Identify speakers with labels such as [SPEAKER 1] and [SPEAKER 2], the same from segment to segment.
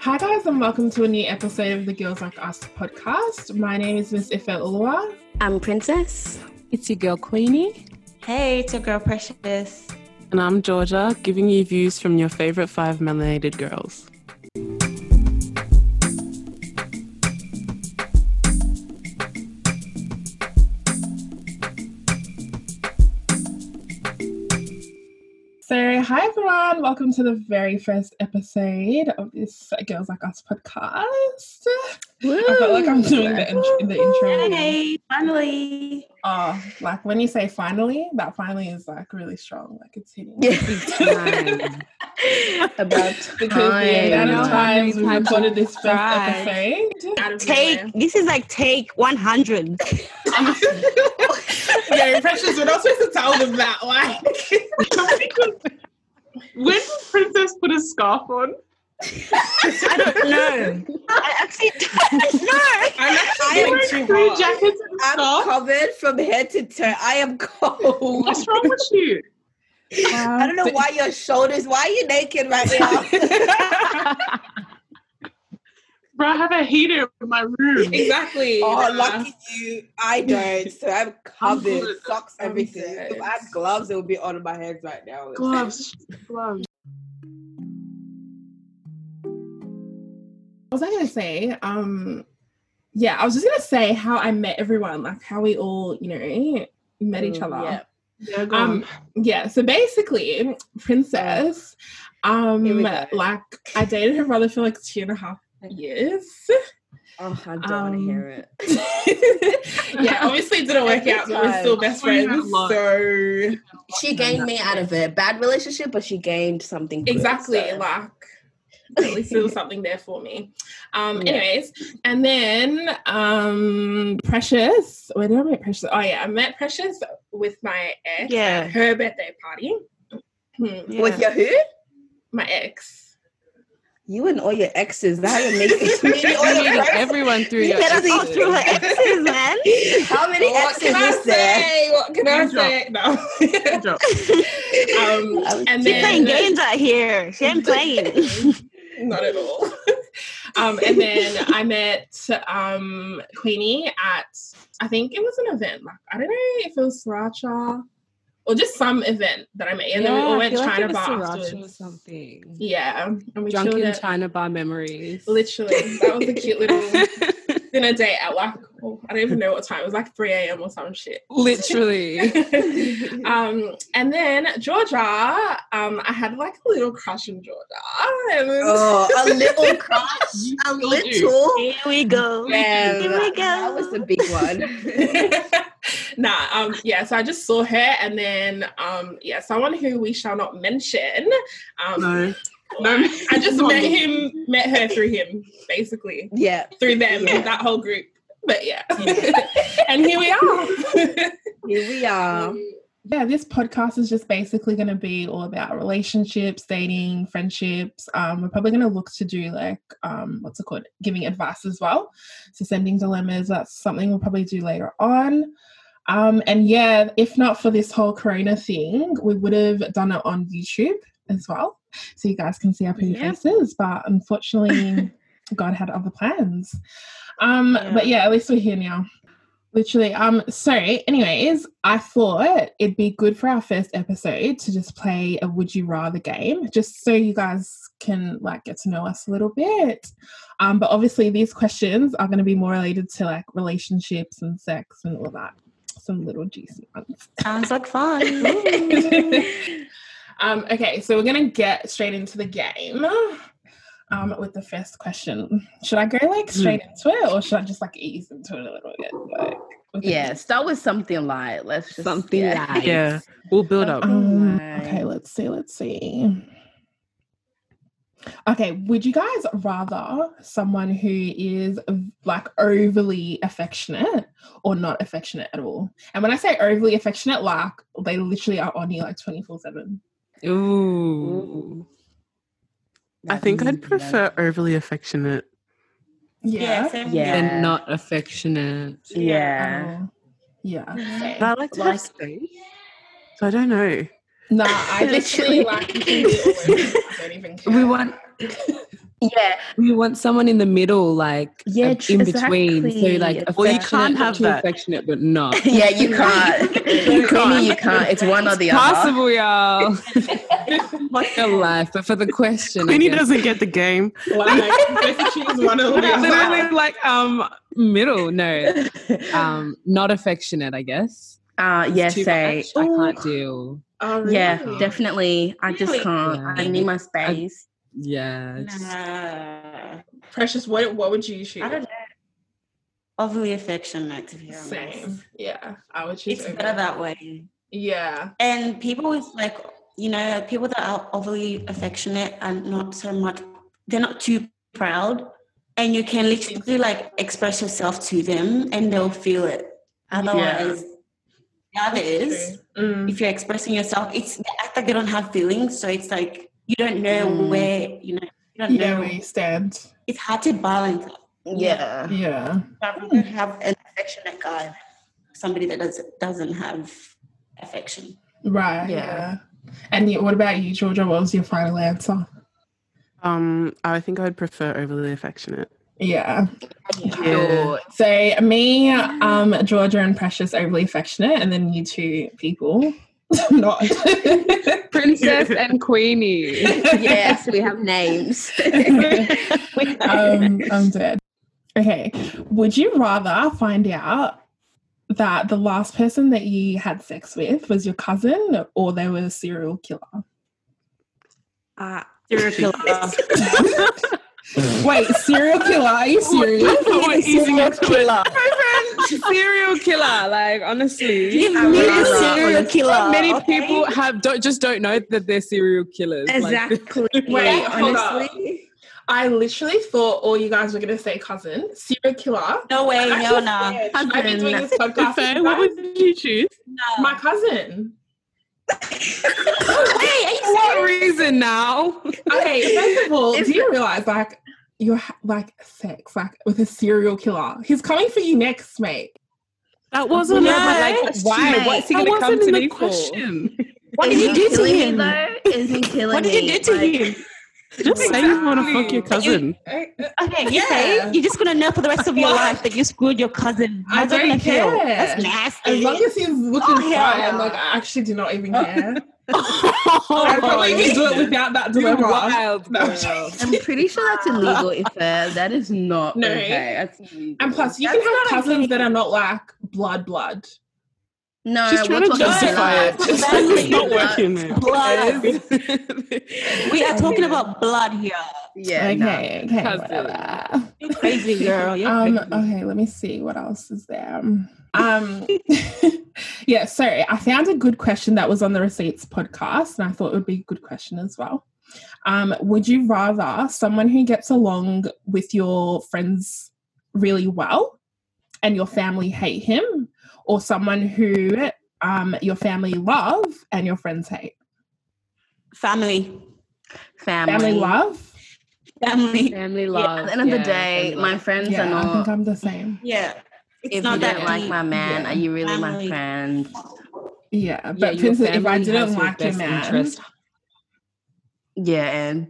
[SPEAKER 1] Hi, guys, and welcome to a new episode of the Girls Like Us podcast. My name is Miss Ife Ulua.
[SPEAKER 2] I'm Princess.
[SPEAKER 3] It's your girl Queenie.
[SPEAKER 4] Hey, it's your girl Precious.
[SPEAKER 5] And I'm Georgia, giving you views from your favorite five melanated girls.
[SPEAKER 1] So, hi everyone, welcome to the very first episode of this Girls Like Us podcast. I felt like I'm doing the, in- the intro.
[SPEAKER 4] Hey, finally.
[SPEAKER 1] Oh, like when you say finally, that finally is like really strong, like it's hitting.
[SPEAKER 2] About
[SPEAKER 1] because the amount of
[SPEAKER 2] time.
[SPEAKER 1] times we
[SPEAKER 3] Times
[SPEAKER 1] recorded this first
[SPEAKER 4] tried.
[SPEAKER 1] episode.
[SPEAKER 2] Take this is like take 100.
[SPEAKER 1] Very precious. We're not supposed to tell them that. Like,
[SPEAKER 5] When Princess put a scarf on?
[SPEAKER 2] I don't know. I actually don't know.
[SPEAKER 5] I'm
[SPEAKER 6] I am too
[SPEAKER 5] three
[SPEAKER 6] hot.
[SPEAKER 5] jackets and a
[SPEAKER 6] I'm
[SPEAKER 5] scarf.
[SPEAKER 6] covered from head to toe. I am cold.
[SPEAKER 5] What's wrong with you?
[SPEAKER 6] I don't know why your shoulders. Why are you naked right now?
[SPEAKER 5] Bro, I have a heater in my room.
[SPEAKER 1] exactly.
[SPEAKER 6] oh, lucky you. I don't. So I'm covered. Socks,
[SPEAKER 1] I'm
[SPEAKER 6] everything.
[SPEAKER 1] dead.
[SPEAKER 6] If I had gloves, it would be on my hands right now.
[SPEAKER 5] Gloves. Gloves.
[SPEAKER 1] What was I gonna say? Um, yeah, I was just gonna say how I met everyone, like how we all, you know, met each other. Yeah.
[SPEAKER 5] Yeah, go
[SPEAKER 1] Um, yeah. So basically, Princess, um,
[SPEAKER 6] Here we go.
[SPEAKER 1] like I dated her brother for like two and a half years.
[SPEAKER 6] Oh, I don't
[SPEAKER 1] wanna
[SPEAKER 5] Um,
[SPEAKER 1] hear
[SPEAKER 6] it.
[SPEAKER 1] yeah, obviously it didn't work out, but we're still best
[SPEAKER 5] Every time.
[SPEAKER 1] friends. So
[SPEAKER 6] She gained me out of a bad relationship, but she gained something. good,
[SPEAKER 1] exactly
[SPEAKER 6] so.
[SPEAKER 1] like at least there was something there for me um
[SPEAKER 6] Yeah.
[SPEAKER 1] anyways and then um precious where did i meet precious oh yeah i met precious with my ex
[SPEAKER 3] Yeah.
[SPEAKER 1] at her birthday party Hmm,
[SPEAKER 6] With your who?
[SPEAKER 1] my ex
[SPEAKER 6] You and all your exes. That how you make it. Meeting all
[SPEAKER 3] You're
[SPEAKER 6] your
[SPEAKER 3] meeting
[SPEAKER 6] exes.
[SPEAKER 3] everyone through your
[SPEAKER 2] Get us all through her exes, man.
[SPEAKER 6] How many
[SPEAKER 1] what
[SPEAKER 6] exes
[SPEAKER 1] can i
[SPEAKER 6] is there?
[SPEAKER 1] say what can i
[SPEAKER 5] Name drop.
[SPEAKER 1] say no
[SPEAKER 5] Job.
[SPEAKER 1] um and
[SPEAKER 2] She's playing
[SPEAKER 1] then
[SPEAKER 2] games out here. She ain't playing.
[SPEAKER 1] not at all um and then i met um queenie at i think it was an event like i don't know if it was sriracha or just some event that i met and then we all went china bar
[SPEAKER 3] or
[SPEAKER 1] afterwards
[SPEAKER 3] something.
[SPEAKER 1] yeah and we
[SPEAKER 3] Drunk
[SPEAKER 1] chilled
[SPEAKER 3] in
[SPEAKER 1] at-
[SPEAKER 3] China bar memories.
[SPEAKER 1] literally that was a cute little dinner date at like oh, i don't even know what time it was like 3 a.m or some shit
[SPEAKER 3] Literally.
[SPEAKER 1] um and then georgia um i had like a little crush on georgia and then-
[SPEAKER 6] Oh, a little crush, a little.
[SPEAKER 2] Here we go.
[SPEAKER 6] Man,
[SPEAKER 2] Here we
[SPEAKER 6] That was
[SPEAKER 2] go.
[SPEAKER 6] the big one.
[SPEAKER 1] nah, um, yeah, so I just saw her and then um yeah, someone who we shall not mention. Um
[SPEAKER 5] No. No.
[SPEAKER 1] I just met him met her through him, basically.
[SPEAKER 6] yeah,
[SPEAKER 1] Through them,
[SPEAKER 6] Yeah.
[SPEAKER 1] that whole group. But yeah. and here we are.
[SPEAKER 6] here we are.
[SPEAKER 1] Yeah, this podcast is just basically going to be all about relationships, dating, friendships. Um, we're probably going to look to do like um, what's it called, giving advice as well. So sending dilemmas. That's something we'll probably do later on. Um, and yeah, if not for this whole Corona thing, we would have done it on YouTube as well, so you guys can see our pretty
[SPEAKER 3] Yeah.
[SPEAKER 1] faces. But unfortunately, God had other plans. Um,
[SPEAKER 3] Yeah.
[SPEAKER 1] but yeah, at least we're here now. Literally. Um, so anyways, I thought it'd be good for our first episode to just play a would you rather game, just so you guys can like get to know us a little bit. Um, but obviously these questions are gonna be more related to like relationships and sex and all that. Some little juicy ones.
[SPEAKER 4] Sounds like fun.
[SPEAKER 1] um, okay, so we're gonna get straight into the game. Um, with the first question. Should I go like straight into it or should I just like ease into it a little bit? Like, with the-
[SPEAKER 6] Yeah, start with something light. Let's just
[SPEAKER 3] Something
[SPEAKER 6] yeah.
[SPEAKER 3] light.
[SPEAKER 5] Yeah. We'll build up.
[SPEAKER 1] Um,
[SPEAKER 6] Right.
[SPEAKER 1] okay, let's see. Let's see. Okay, would you guys rather someone who is like overly affectionate or not affectionate at all? And when I say overly affectionate, like they literally are on you like 24 7.
[SPEAKER 5] Ooh. I think I'd prefer overly affectionate
[SPEAKER 1] Yeah.
[SPEAKER 4] same
[SPEAKER 6] Yeah.
[SPEAKER 3] And not affectionate.
[SPEAKER 6] Yeah.
[SPEAKER 1] Oh, yeah.
[SPEAKER 4] Mhm.
[SPEAKER 1] same.
[SPEAKER 5] But I like to
[SPEAKER 6] Like-
[SPEAKER 5] have space. So I don't know.
[SPEAKER 1] Nah, I literally
[SPEAKER 6] Literally.
[SPEAKER 1] like you can be all over. I don't even care.
[SPEAKER 3] We want
[SPEAKER 2] yeah,
[SPEAKER 3] You want someone in the middle, like
[SPEAKER 2] Yeah,
[SPEAKER 3] a- in between.
[SPEAKER 2] exactly.
[SPEAKER 3] So like affectionate,
[SPEAKER 5] Well, you can't have
[SPEAKER 3] too
[SPEAKER 5] that.
[SPEAKER 3] affectionate, but not.
[SPEAKER 7] Yeah, you can't. you can't. You can't. It's one or the other.
[SPEAKER 3] Possible, y'all. Like a life, but for the question, I
[SPEAKER 5] Queenie
[SPEAKER 3] guess.
[SPEAKER 5] doesn't get the game.
[SPEAKER 1] Like, if you choose one of them.
[SPEAKER 5] Literally, like, um,
[SPEAKER 3] middle, no, um, not affectionate. I guess.
[SPEAKER 7] Uh, yeah,
[SPEAKER 3] Too
[SPEAKER 7] say.
[SPEAKER 5] eh.
[SPEAKER 3] much. I can't deal.
[SPEAKER 1] Oh, really?
[SPEAKER 7] Yeah, definitely. I just
[SPEAKER 4] Really?
[SPEAKER 7] can't. I
[SPEAKER 3] Yeah.
[SPEAKER 7] need my space.
[SPEAKER 3] Yeah, it's-
[SPEAKER 4] Nah.
[SPEAKER 1] Precious, what what would you choose?
[SPEAKER 4] I don't know. Overly affectionate, to be honest.
[SPEAKER 1] Same. Yeah, I would choose.
[SPEAKER 4] It's
[SPEAKER 1] over-
[SPEAKER 4] better that way.
[SPEAKER 1] Yeah.
[SPEAKER 4] And people with like, you know, people that are overly affectionate and not so much, they're not too proud. And you can literally like express yourself to them and they'll feel it. Otherwise, the others,
[SPEAKER 1] Mm.
[SPEAKER 4] if you're expressing yourself, it's they act like they don't have feelings. So it's like, you don't know
[SPEAKER 7] Mm.
[SPEAKER 4] where, you know, you don't
[SPEAKER 1] Yeah,
[SPEAKER 4] know.
[SPEAKER 1] where you stand.
[SPEAKER 4] It's hard to balance.
[SPEAKER 7] Yeah.
[SPEAKER 1] Yeah.
[SPEAKER 4] I'd rather have an affectionate guy than somebody that doesn't doesn't have affection.
[SPEAKER 1] Right. Yeah.
[SPEAKER 7] Yeah.
[SPEAKER 1] And you, what about you, Georgia? What was your final answer?
[SPEAKER 5] um, I think I'd prefer overly affectionate.
[SPEAKER 1] Yeah.
[SPEAKER 5] Yeah.
[SPEAKER 1] So me, um, Georgia and Precious overly affectionate, and then you two people not.
[SPEAKER 3] Princess and Queenie.
[SPEAKER 7] yes, we have names.
[SPEAKER 1] um, I'm dead. Okay. Would you rather find out that the last person that you had sex with was your cousin or they were a serial killer?
[SPEAKER 4] Ah, serial killer.
[SPEAKER 1] Wait, serial killer? Are you serious?
[SPEAKER 5] We're easing into it.
[SPEAKER 3] serial killer. Like honestly,
[SPEAKER 6] I would rather-
[SPEAKER 3] how many
[SPEAKER 7] Oh,
[SPEAKER 3] people have don't, just don't know that they're serial killers? Like,
[SPEAKER 6] Exactly.
[SPEAKER 1] Wait, hold up.
[SPEAKER 6] honestly.
[SPEAKER 1] I literally thought all you guys were going to say cousin, serial killer.
[SPEAKER 4] No way,
[SPEAKER 1] I'm actually
[SPEAKER 4] no, no,
[SPEAKER 1] scared. I've been doing this podcast.
[SPEAKER 5] Faye,
[SPEAKER 1] with
[SPEAKER 5] what
[SPEAKER 1] guys.
[SPEAKER 5] would you choose?
[SPEAKER 4] no.
[SPEAKER 1] My cousin.
[SPEAKER 4] Oh,
[SPEAKER 3] for what reason now?
[SPEAKER 1] Okay, first of all, do you realize like you're ha- like sex like with a serial killer? He's coming for you next, mate.
[SPEAKER 5] That wasn't
[SPEAKER 3] Yeah,
[SPEAKER 5] in
[SPEAKER 3] but,
[SPEAKER 5] the
[SPEAKER 3] like,
[SPEAKER 5] question.
[SPEAKER 3] why? What's he
[SPEAKER 5] That
[SPEAKER 3] gonna come
[SPEAKER 5] wasn't
[SPEAKER 3] to
[SPEAKER 5] in the
[SPEAKER 3] me for?
[SPEAKER 5] question.
[SPEAKER 7] What
[SPEAKER 4] did you do to him?
[SPEAKER 7] Is he killing
[SPEAKER 4] What did you do to
[SPEAKER 7] me? Like,
[SPEAKER 4] him?
[SPEAKER 5] Just say you want to fuck your cousin.
[SPEAKER 3] Exactly.
[SPEAKER 4] Okay, yeah.
[SPEAKER 1] Yeah.
[SPEAKER 4] You're just gonna know for the rest of your
[SPEAKER 1] What?
[SPEAKER 4] life that you screwed your cousin.
[SPEAKER 1] I
[SPEAKER 4] How's that
[SPEAKER 1] don't
[SPEAKER 4] gonna feel?
[SPEAKER 1] care.
[SPEAKER 4] That's
[SPEAKER 1] As
[SPEAKER 4] nasty.
[SPEAKER 1] long as he's looking
[SPEAKER 4] Oh,
[SPEAKER 1] fine,
[SPEAKER 4] hell no.
[SPEAKER 1] like I actually do not even care. I
[SPEAKER 3] oh,
[SPEAKER 1] probably could do it
[SPEAKER 3] you
[SPEAKER 1] without that
[SPEAKER 3] you
[SPEAKER 1] dilemma.
[SPEAKER 3] wild
[SPEAKER 1] No, I'm
[SPEAKER 3] girl.
[SPEAKER 7] I'm pretty sure that's illegal, Ife. That is not
[SPEAKER 1] No.
[SPEAKER 7] okay. That's illegal.
[SPEAKER 1] And plus, you
[SPEAKER 7] That's
[SPEAKER 1] can have
[SPEAKER 7] not
[SPEAKER 1] cousins that are not like blood, blood.
[SPEAKER 7] No,
[SPEAKER 5] She's trying to
[SPEAKER 7] we're talking
[SPEAKER 5] justify
[SPEAKER 7] about-
[SPEAKER 5] it. It's not working, man.
[SPEAKER 4] Blood.
[SPEAKER 3] It
[SPEAKER 4] We are talking about blood here.
[SPEAKER 7] Yeah. no.
[SPEAKER 1] okay,
[SPEAKER 3] Cousin.
[SPEAKER 1] whatever.
[SPEAKER 4] You're crazy girl. You're
[SPEAKER 1] Um,
[SPEAKER 4] crazy.
[SPEAKER 1] okay, let me see what else is there. Um, yeah, sorry, I found a good question that was on the Receipts podcast, and I thought it would be a good question as well. Um, would you rather someone who gets along with your friends really well and your family hate him, or someone who um, your family love and your friends hate?
[SPEAKER 4] Family.
[SPEAKER 7] Family.
[SPEAKER 1] Family love?
[SPEAKER 4] Family.
[SPEAKER 3] Family
[SPEAKER 7] Yeah,
[SPEAKER 3] love.
[SPEAKER 7] at the end of the
[SPEAKER 3] yeah,
[SPEAKER 7] day,
[SPEAKER 3] family
[SPEAKER 7] my
[SPEAKER 3] love.
[SPEAKER 7] friends
[SPEAKER 1] Yeah,
[SPEAKER 7] are
[SPEAKER 1] I
[SPEAKER 7] not.
[SPEAKER 1] think I'm the same.
[SPEAKER 4] Yeah. It's
[SPEAKER 7] if
[SPEAKER 4] not
[SPEAKER 7] you
[SPEAKER 4] that
[SPEAKER 7] don't like
[SPEAKER 4] deep.
[SPEAKER 7] my man,
[SPEAKER 1] Yeah.
[SPEAKER 7] are you really
[SPEAKER 4] Family.
[SPEAKER 7] my friend?
[SPEAKER 1] Yeah,
[SPEAKER 3] Yeah,
[SPEAKER 1] but
[SPEAKER 3] your
[SPEAKER 1] for instance, if I
[SPEAKER 3] family
[SPEAKER 1] didn't
[SPEAKER 3] has your
[SPEAKER 1] like your
[SPEAKER 3] best
[SPEAKER 1] man,
[SPEAKER 3] interest.
[SPEAKER 7] Yeah, and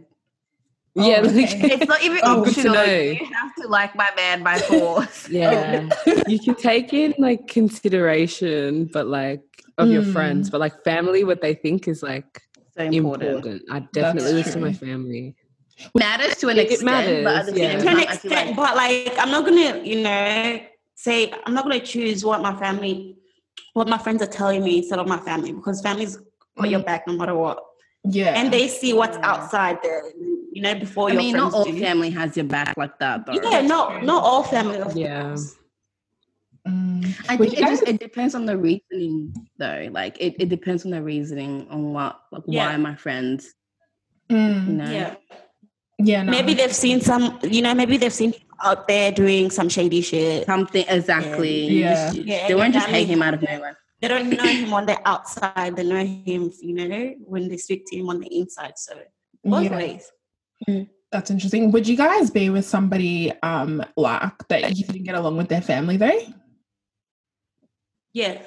[SPEAKER 1] Oh,
[SPEAKER 3] yeah,
[SPEAKER 1] okay.
[SPEAKER 3] like,
[SPEAKER 7] it's not even
[SPEAKER 1] Oh,
[SPEAKER 3] good to
[SPEAKER 7] optional.
[SPEAKER 3] know.
[SPEAKER 7] You have to like my man by force.
[SPEAKER 3] yeah. you can take in like consideration, but like of your
[SPEAKER 1] Mm.
[SPEAKER 3] friends, but like family, what they think is like
[SPEAKER 7] so
[SPEAKER 3] important.
[SPEAKER 7] important.
[SPEAKER 3] I definitely
[SPEAKER 1] That's
[SPEAKER 3] listen to my
[SPEAKER 1] true.
[SPEAKER 3] family.
[SPEAKER 7] Matters to an
[SPEAKER 3] It
[SPEAKER 7] extent, but at
[SPEAKER 3] matters,
[SPEAKER 7] the
[SPEAKER 3] yeah.
[SPEAKER 7] same
[SPEAKER 4] to an
[SPEAKER 7] time, I feel
[SPEAKER 4] extent,
[SPEAKER 7] like
[SPEAKER 4] but like I'm not gonna, you know, say I'm not gonna choose what my family, what my friends are telling me instead of my family because family's got your back no matter what,
[SPEAKER 1] Mm. yeah,
[SPEAKER 4] and they see what's
[SPEAKER 7] Yeah.
[SPEAKER 4] outside there, you know, before
[SPEAKER 7] I
[SPEAKER 4] your
[SPEAKER 7] mean,
[SPEAKER 4] friends
[SPEAKER 7] not all
[SPEAKER 4] do.
[SPEAKER 7] family has your back like that, though.
[SPEAKER 4] Yeah, no, not all family. of
[SPEAKER 3] Yeah.
[SPEAKER 4] course.
[SPEAKER 1] Mm.
[SPEAKER 7] I
[SPEAKER 1] Would
[SPEAKER 7] think it
[SPEAKER 1] you guys-
[SPEAKER 7] just it depends on the reasoning, though. Like it, it depends on the reasoning on what, like
[SPEAKER 4] Yeah. Mm-hmm.
[SPEAKER 7] why my friends, you
[SPEAKER 1] Mm.
[SPEAKER 7] know.
[SPEAKER 4] yeah.
[SPEAKER 1] Yeah, no.
[SPEAKER 4] Maybe they've seen some, you know, maybe they've seen him out there doing some shady shit.
[SPEAKER 7] Something exactly. You
[SPEAKER 1] Yeah.
[SPEAKER 7] just-
[SPEAKER 4] Yeah,
[SPEAKER 7] they
[SPEAKER 4] and
[SPEAKER 7] won't
[SPEAKER 4] your
[SPEAKER 7] just hate
[SPEAKER 4] family-
[SPEAKER 7] him out of nowhere.
[SPEAKER 4] They don't know him on the outside. They know him, you know, when they speak to him on the inside. So both
[SPEAKER 1] Yeah,
[SPEAKER 4] ways.
[SPEAKER 1] that's interesting. Would you guys be with somebody um like that you didn't get along with their family though?
[SPEAKER 4] Yeah.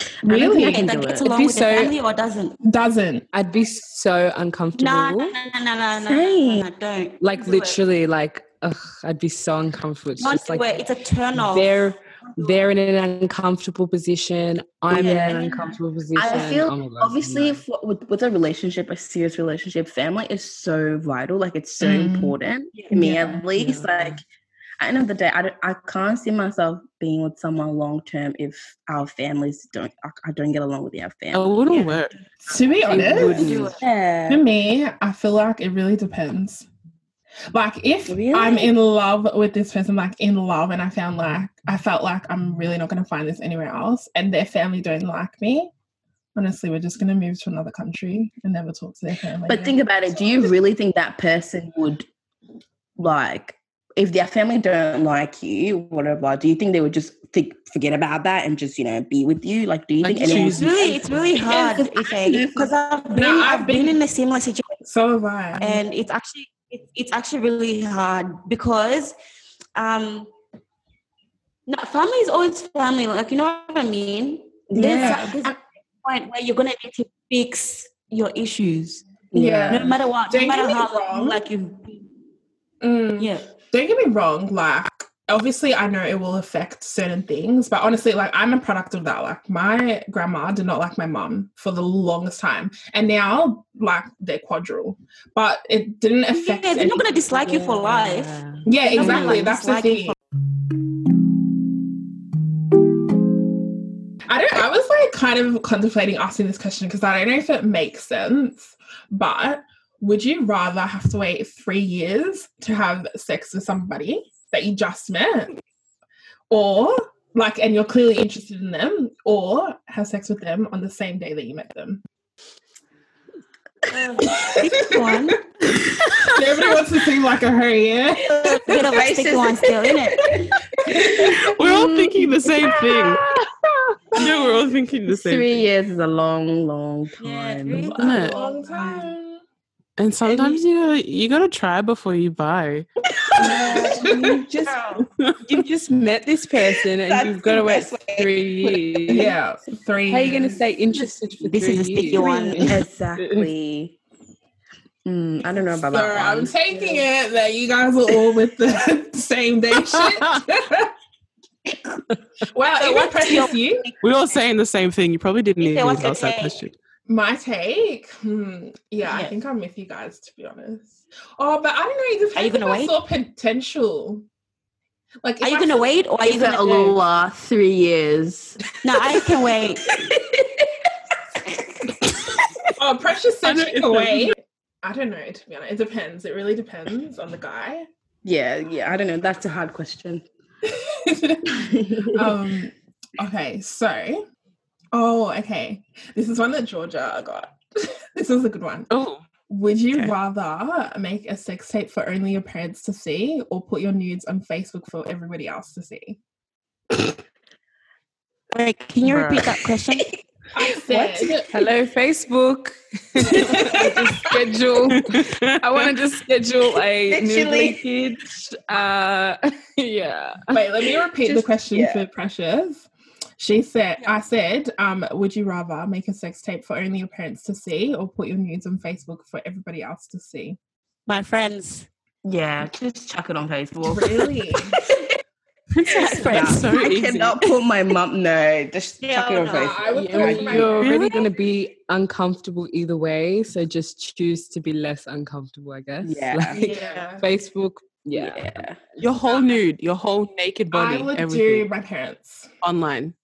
[SPEAKER 4] I don't
[SPEAKER 1] Really?
[SPEAKER 4] think I
[SPEAKER 7] can
[SPEAKER 4] that
[SPEAKER 7] do
[SPEAKER 4] gets
[SPEAKER 7] it.
[SPEAKER 4] along
[SPEAKER 3] If you
[SPEAKER 4] with
[SPEAKER 3] so-
[SPEAKER 4] the family or doesn't.
[SPEAKER 1] Doesn't.
[SPEAKER 3] I'd be so uncomfortable.
[SPEAKER 4] No, no, no, no, no, no, no,
[SPEAKER 7] Same.
[SPEAKER 4] no, don't.
[SPEAKER 3] Like
[SPEAKER 4] do It.
[SPEAKER 3] literally, like ugh, I'd be so uncomfortable. It's
[SPEAKER 4] Don't
[SPEAKER 3] just
[SPEAKER 4] do it.
[SPEAKER 3] like
[SPEAKER 4] It's a turn off.
[SPEAKER 3] they're they're in an uncomfortable position. I'm in
[SPEAKER 7] Yeah.
[SPEAKER 3] an uncomfortable position.
[SPEAKER 7] feel
[SPEAKER 3] Oh my God,
[SPEAKER 7] Obviously,
[SPEAKER 3] no.
[SPEAKER 7] for, with, with a relationship, a serious relationship, family is so vital. Like it's so
[SPEAKER 1] Mm.
[SPEAKER 7] important to me,
[SPEAKER 1] Yeah.
[SPEAKER 7] at least.
[SPEAKER 3] Yeah.
[SPEAKER 7] Like at the end of the day, I, don't, I can't see myself being with someone long term if our families don't. I, I don't get along with our
[SPEAKER 5] It
[SPEAKER 1] Oh.
[SPEAKER 7] family.
[SPEAKER 5] wouldn't work.
[SPEAKER 1] To be
[SPEAKER 3] It
[SPEAKER 1] honest,
[SPEAKER 3] wouldn't.
[SPEAKER 4] Do it.
[SPEAKER 1] For
[SPEAKER 7] Yeah.
[SPEAKER 1] me, I feel like it really depends. Like if
[SPEAKER 7] Really?
[SPEAKER 1] I'm in love with this person, like in love, and I found like I felt like I'm really not gonna find this anywhere else, and their family don't like me. Honestly, we're just gonna move to another country and never talk to their family.
[SPEAKER 7] But think about it. Do you really think that person would like if their family don't like you, whatever? Do you think they would just think, forget about that and just you know be with you? Like, do you
[SPEAKER 5] Like,
[SPEAKER 7] think anyone?
[SPEAKER 5] choose
[SPEAKER 4] It's really, it's really
[SPEAKER 7] Yeah,
[SPEAKER 4] hard,
[SPEAKER 7] 'cause I-
[SPEAKER 4] because I've been,
[SPEAKER 1] No, I've
[SPEAKER 4] I've been
[SPEAKER 1] been-
[SPEAKER 4] in a similar situation.
[SPEAKER 1] so have I.
[SPEAKER 4] and it's actually it, it's actually really hard because um no family is always family like you know what i mean
[SPEAKER 1] Yeah.
[SPEAKER 4] there's, a, there's a point where you're gonna need to fix your issues
[SPEAKER 1] Yeah.
[SPEAKER 4] no matter what
[SPEAKER 1] Don't
[SPEAKER 4] no matter
[SPEAKER 1] get me
[SPEAKER 4] how
[SPEAKER 1] wrong.
[SPEAKER 4] long like you
[SPEAKER 1] Mm.
[SPEAKER 4] yeah
[SPEAKER 1] don't get me wrong like obviously i know it will affect certain things but honestly like i'm a product of that like my grandma did not like my mum for the longest time and now like they're quadrille but it didn't affect
[SPEAKER 4] yeah they're not
[SPEAKER 1] any-
[SPEAKER 4] gonna dislike you for life
[SPEAKER 1] yeah
[SPEAKER 4] they're not gonna,
[SPEAKER 1] exactly
[SPEAKER 4] like,
[SPEAKER 1] that's the
[SPEAKER 4] dislike you
[SPEAKER 1] thing I don't. I was like kind of contemplating asking this question because I don't know if it makes sense. But would you rather have to wait three years to have sex with somebody that you just met, or like, and you're clearly interested in them, or have sex with them on the same day that you met them?
[SPEAKER 4] Pick one
[SPEAKER 1] Nobody wants to seem like a her, yeah.
[SPEAKER 4] a bit of a sticky one still in it
[SPEAKER 5] We're all thinking the same thing. No, we're all thinking the same
[SPEAKER 7] Three
[SPEAKER 5] thing.
[SPEAKER 7] years is a long, long
[SPEAKER 4] Yeah,
[SPEAKER 7] time.
[SPEAKER 4] three-
[SPEAKER 5] Isn't it?
[SPEAKER 1] Long time.
[SPEAKER 5] And sometimes you know you gotta try before you buy.
[SPEAKER 3] you just you've just met this person and
[SPEAKER 6] That's
[SPEAKER 3] you've got to
[SPEAKER 6] the
[SPEAKER 3] wait
[SPEAKER 6] best way.
[SPEAKER 3] three years.
[SPEAKER 1] Yeah, three.
[SPEAKER 3] How are you going to
[SPEAKER 1] years.
[SPEAKER 3] stay interested for
[SPEAKER 4] This
[SPEAKER 3] three
[SPEAKER 4] is a sticky
[SPEAKER 3] years?
[SPEAKER 4] one.
[SPEAKER 7] exactly. Mm, I don't know about
[SPEAKER 1] So
[SPEAKER 7] that.
[SPEAKER 1] I'm
[SPEAKER 7] one.
[SPEAKER 1] taking it that you guys are all with the same day shit. wow,
[SPEAKER 4] So
[SPEAKER 1] so even
[SPEAKER 4] what's
[SPEAKER 1] precious
[SPEAKER 4] your-
[SPEAKER 1] you.
[SPEAKER 5] We're all saying the same thing. You probably didn't
[SPEAKER 4] You say
[SPEAKER 5] even
[SPEAKER 4] what's your
[SPEAKER 5] ask that
[SPEAKER 4] take?
[SPEAKER 5] question.
[SPEAKER 1] My take? Hmm. Yeah, I
[SPEAKER 4] Yeah.
[SPEAKER 1] think I'm with you guys to be honest. Oh, but I don't know. It depends
[SPEAKER 4] Are you
[SPEAKER 1] if
[SPEAKER 4] gonna
[SPEAKER 1] I
[SPEAKER 4] wait?
[SPEAKER 1] saw potential. Like, if
[SPEAKER 4] are you
[SPEAKER 1] I
[SPEAKER 4] gonna
[SPEAKER 1] saw-
[SPEAKER 4] wait or are you
[SPEAKER 7] Is it
[SPEAKER 4] gonna
[SPEAKER 7] a little uh, three years?
[SPEAKER 4] no i can wait
[SPEAKER 1] Oh, precious
[SPEAKER 5] I
[SPEAKER 1] said
[SPEAKER 5] know
[SPEAKER 1] she
[SPEAKER 5] it's
[SPEAKER 1] can
[SPEAKER 5] a-
[SPEAKER 1] wait. I don't know. To be honest, it depends. It really depends on the guy.
[SPEAKER 7] Yeah, yeah. I don't know. That's a hard question.
[SPEAKER 1] um, okay, so oh, okay. This is one that Georgia got. this is a good one.
[SPEAKER 5] Oh,
[SPEAKER 1] Would you
[SPEAKER 5] Okay.
[SPEAKER 1] rather make a sex tape for only your parents to see or put your nudes on Facebook for everybody else to see?
[SPEAKER 4] wait can you repeat
[SPEAKER 5] Bruh.
[SPEAKER 4] that question
[SPEAKER 1] I said,
[SPEAKER 3] Hello, Facebook. schedule. I want to just schedule a new
[SPEAKER 6] Literally.
[SPEAKER 3] leakage. Uh, yeah.
[SPEAKER 1] wait, let me repeat the
[SPEAKER 6] Just-
[SPEAKER 1] question
[SPEAKER 6] yeah.
[SPEAKER 1] for Precious. She said, I said, um, would you rather make a sex tape for only your parents to see or put your nudes on Facebook for everybody else to see?
[SPEAKER 4] my friends
[SPEAKER 7] yeah, just chuck it on Facebook.
[SPEAKER 1] Really?
[SPEAKER 4] Princess
[SPEAKER 5] It's so
[SPEAKER 7] I
[SPEAKER 5] easy.
[SPEAKER 7] cannot put my mum. No, just chuck it
[SPEAKER 4] Hell
[SPEAKER 7] on
[SPEAKER 4] no.
[SPEAKER 7] Facebook.
[SPEAKER 1] I would
[SPEAKER 3] Yeah,
[SPEAKER 1] put it
[SPEAKER 3] well,
[SPEAKER 1] on my-
[SPEAKER 3] you're already
[SPEAKER 5] Really?
[SPEAKER 3] going to be uncomfortable either way, so just choose to be less uncomfortable, I guess.
[SPEAKER 7] Yeah.
[SPEAKER 3] Like,
[SPEAKER 1] Yeah.
[SPEAKER 3] Facebook, yeah.
[SPEAKER 5] Your whole nude, your whole naked body,
[SPEAKER 1] I would
[SPEAKER 5] everything
[SPEAKER 1] do my parents.
[SPEAKER 5] online.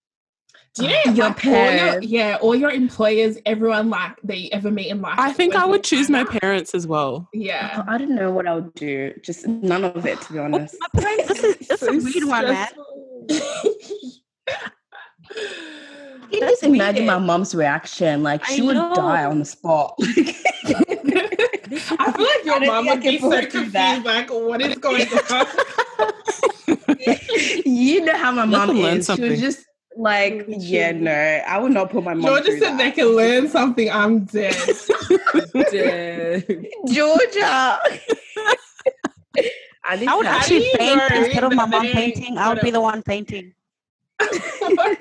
[SPEAKER 1] Do you know
[SPEAKER 7] Your
[SPEAKER 1] like, all your-
[SPEAKER 7] parents.
[SPEAKER 1] yeah, all your employers, everyone like that you ever meet in life.
[SPEAKER 5] I think
[SPEAKER 1] always
[SPEAKER 5] I would
[SPEAKER 1] look
[SPEAKER 5] choose my
[SPEAKER 1] like that.
[SPEAKER 5] parents as well.
[SPEAKER 1] Yeah.
[SPEAKER 7] Oh, I don't know what I would do. Just none of it, to be honest.
[SPEAKER 4] This is, this is a
[SPEAKER 3] So
[SPEAKER 4] weird one, man.
[SPEAKER 7] Can you just imagine my mom's reaction? Like
[SPEAKER 4] I
[SPEAKER 7] she would
[SPEAKER 4] know.
[SPEAKER 7] die on the spot.
[SPEAKER 1] I feel like
[SPEAKER 6] I
[SPEAKER 1] your
[SPEAKER 6] don't
[SPEAKER 1] mom
[SPEAKER 6] think I
[SPEAKER 1] would
[SPEAKER 6] can
[SPEAKER 1] be so
[SPEAKER 6] fully do
[SPEAKER 1] confused,
[SPEAKER 6] that.
[SPEAKER 1] like, what is going on?
[SPEAKER 7] you know how my
[SPEAKER 5] Let
[SPEAKER 7] mom
[SPEAKER 5] them learn
[SPEAKER 7] is. She
[SPEAKER 5] something.
[SPEAKER 7] was just like, yeah, no, I would not put my mom.
[SPEAKER 1] Georgia
[SPEAKER 7] through
[SPEAKER 1] said they
[SPEAKER 7] that.
[SPEAKER 1] can learn something. I'm dead.
[SPEAKER 3] Dude.
[SPEAKER 7] Georgia. I,
[SPEAKER 4] I would
[SPEAKER 1] How do
[SPEAKER 4] actually
[SPEAKER 1] you
[SPEAKER 4] paint
[SPEAKER 1] know
[SPEAKER 4] instead of my
[SPEAKER 1] that
[SPEAKER 4] mom
[SPEAKER 1] they-
[SPEAKER 4] painting. I would be the one painting.
[SPEAKER 1] How do you know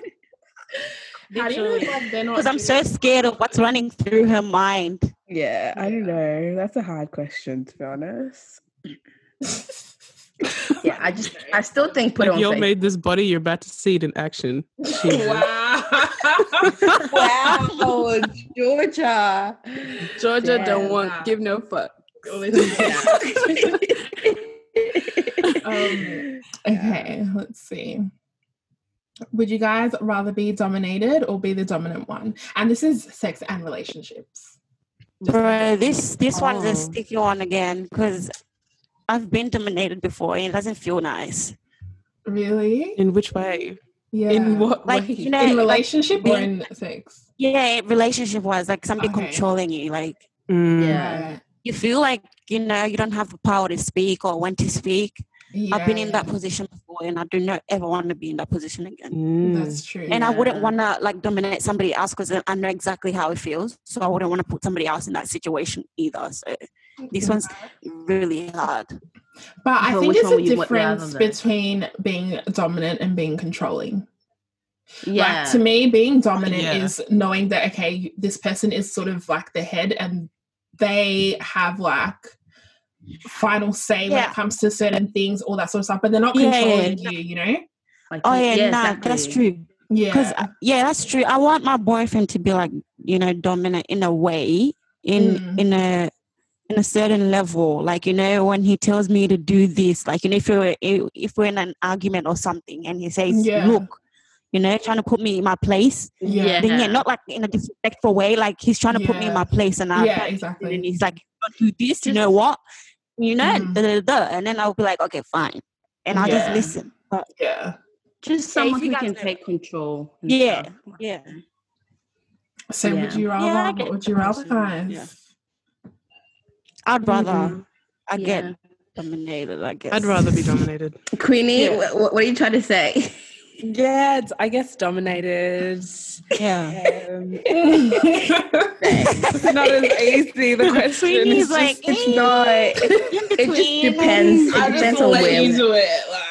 [SPEAKER 4] Because
[SPEAKER 1] like, they're not?
[SPEAKER 4] I'm so scared of what's running through her mind.
[SPEAKER 7] Yeah, I don't know. That's a hard question to be honest. Yeah, I just I still think put it
[SPEAKER 5] Like,
[SPEAKER 7] on
[SPEAKER 5] you
[SPEAKER 7] Facebook.
[SPEAKER 5] made this body, you're about to see it in action.
[SPEAKER 3] Wow.
[SPEAKER 6] Wow, Georgia.
[SPEAKER 3] Georgia
[SPEAKER 6] Yeah.
[SPEAKER 3] don't want give no fuck.
[SPEAKER 1] Um, okay, let's see. Would you guys rather be dominated or be the dominant one? And this is sex and relationships.
[SPEAKER 4] Bro, this this one's a
[SPEAKER 5] Oh.
[SPEAKER 4] sticky one again because I've been dominated before and it doesn't feel nice.
[SPEAKER 1] Really?
[SPEAKER 5] In which way?
[SPEAKER 1] Yeah.
[SPEAKER 5] In what
[SPEAKER 4] Like
[SPEAKER 5] way?
[SPEAKER 4] you know,
[SPEAKER 1] In
[SPEAKER 4] like,
[SPEAKER 1] relationship or
[SPEAKER 4] being-
[SPEAKER 1] in sex?
[SPEAKER 4] yeah, relationship wise, like somebody
[SPEAKER 1] Okay.
[SPEAKER 4] controlling you, like
[SPEAKER 5] Mm.
[SPEAKER 7] Yeah.
[SPEAKER 1] Right.
[SPEAKER 4] you feel like you know you don't have the power to speak or when to speak. I've been in
[SPEAKER 1] Yeah,
[SPEAKER 4] that position before, and I do not ever want to be in that position again.
[SPEAKER 5] Mm.
[SPEAKER 1] That's true.
[SPEAKER 4] And I wouldn't
[SPEAKER 7] Yeah.
[SPEAKER 4] want to like dominate somebody else because I know exactly how it feels. So I wouldn't want to put somebody else in that situation either. So this one's really hard.
[SPEAKER 1] But I
[SPEAKER 7] But
[SPEAKER 1] think
[SPEAKER 7] which
[SPEAKER 1] there's
[SPEAKER 7] one
[SPEAKER 1] a
[SPEAKER 7] would you want rather
[SPEAKER 1] difference
[SPEAKER 7] than?
[SPEAKER 1] between being dominant and being controlling.
[SPEAKER 7] Yeah.
[SPEAKER 1] Like to me, being dominant
[SPEAKER 5] Yeah.
[SPEAKER 1] is knowing that okay, this person is sort of like the head and they have like final say when
[SPEAKER 4] Yeah.
[SPEAKER 1] it comes to certain things, all that sort of stuff. But they're not
[SPEAKER 4] Yeah, yeah,
[SPEAKER 1] controlling you, you know?
[SPEAKER 7] Like,
[SPEAKER 4] Oh yeah, no,
[SPEAKER 7] exactly.
[SPEAKER 4] that's true. Because
[SPEAKER 1] Yeah.
[SPEAKER 4] yeah. that's true. I want my boyfriend to be like you know dominant in a way, in
[SPEAKER 1] Mm.
[SPEAKER 4] in a in a certain level. Like you know when he tells me to do this, like you know if we're if we're in an argument or something, and he says,
[SPEAKER 1] Yeah.
[SPEAKER 4] "Look," you know, trying to put me in my place.
[SPEAKER 7] Yeah.
[SPEAKER 4] Then yeah, not like in a disrespectful way. Like he's trying to put me in
[SPEAKER 1] Uh-huh. Yeah.
[SPEAKER 4] my place, and I
[SPEAKER 1] Yeah,
[SPEAKER 4] like,
[SPEAKER 1] exactly.
[SPEAKER 4] And he's like, "Don't do this." You know what? You know,
[SPEAKER 1] Mhm.
[SPEAKER 4] da, da, da, da. and then I'll be like, "Okay, fine," and I'll
[SPEAKER 1] Yeah.
[SPEAKER 4] just listen. But
[SPEAKER 1] yeah.
[SPEAKER 7] Just
[SPEAKER 4] Yeah, if
[SPEAKER 7] someone
[SPEAKER 4] you
[SPEAKER 7] who
[SPEAKER 4] guys
[SPEAKER 7] can
[SPEAKER 4] know-
[SPEAKER 7] take control. and
[SPEAKER 4] Yeah.
[SPEAKER 7] stuff.
[SPEAKER 4] yeah.
[SPEAKER 1] So would
[SPEAKER 7] Yeah.
[SPEAKER 1] you rather
[SPEAKER 4] Yeah, I get
[SPEAKER 1] what would you
[SPEAKER 4] that
[SPEAKER 1] rather guys?
[SPEAKER 4] person, yeah. I'd rather I
[SPEAKER 7] Yeah.
[SPEAKER 4] get dominated. I guess
[SPEAKER 5] I'd rather be dominated.
[SPEAKER 7] Queenie,
[SPEAKER 4] Yeah.
[SPEAKER 7] wh- wh- what, are you trying to say?
[SPEAKER 3] Yeah, it's, I guess dominated.
[SPEAKER 4] Yeah,
[SPEAKER 3] Um, it's not as easy. The question
[SPEAKER 4] Queenie's
[SPEAKER 3] is
[SPEAKER 4] like
[SPEAKER 7] It's not. It
[SPEAKER 4] in
[SPEAKER 7] it
[SPEAKER 4] between.
[SPEAKER 7] just depends. It depends on where.
[SPEAKER 1] do it. Like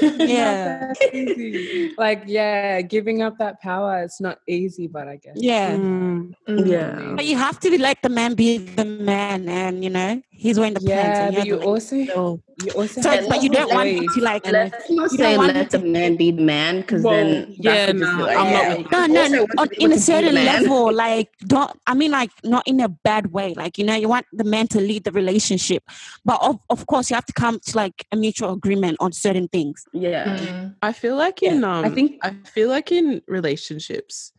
[SPEAKER 4] Yeah,
[SPEAKER 3] just, like yeah, giving up that power. It's not easy, but I guess.
[SPEAKER 4] yeah.
[SPEAKER 5] Mm.
[SPEAKER 7] Yeah.
[SPEAKER 4] But you have to let the man be the man, and you know he's wearing the pants.
[SPEAKER 3] Yeah,
[SPEAKER 4] and
[SPEAKER 3] but
[SPEAKER 4] you're
[SPEAKER 3] you
[SPEAKER 4] the-
[SPEAKER 3] also
[SPEAKER 4] so,
[SPEAKER 3] you also
[SPEAKER 4] so
[SPEAKER 3] have
[SPEAKER 4] but you
[SPEAKER 3] to
[SPEAKER 4] don't want
[SPEAKER 3] wait.
[SPEAKER 4] to like.
[SPEAKER 7] Let's not
[SPEAKER 4] You don't
[SPEAKER 7] say
[SPEAKER 4] want
[SPEAKER 7] let
[SPEAKER 4] to-
[SPEAKER 7] the man be the man, because then that
[SPEAKER 5] Yeah,
[SPEAKER 7] could just
[SPEAKER 5] no,
[SPEAKER 7] be like,
[SPEAKER 5] I'm not
[SPEAKER 7] yeah,
[SPEAKER 5] with
[SPEAKER 7] you
[SPEAKER 4] No, no,
[SPEAKER 7] also
[SPEAKER 4] no,
[SPEAKER 7] want
[SPEAKER 4] on,
[SPEAKER 7] to be able to
[SPEAKER 4] in a
[SPEAKER 7] be the
[SPEAKER 4] certain
[SPEAKER 7] man.
[SPEAKER 4] level, like don't. I mean, like not in a bad way. Like you know, you want the man to lead the relationship, but of, of course, you have to come to like a mutual agreement on certain things.
[SPEAKER 5] Mm.
[SPEAKER 7] Yeah.
[SPEAKER 1] Mm,
[SPEAKER 5] I feel like in um, I
[SPEAKER 7] think-
[SPEAKER 5] think I feel like in relationships,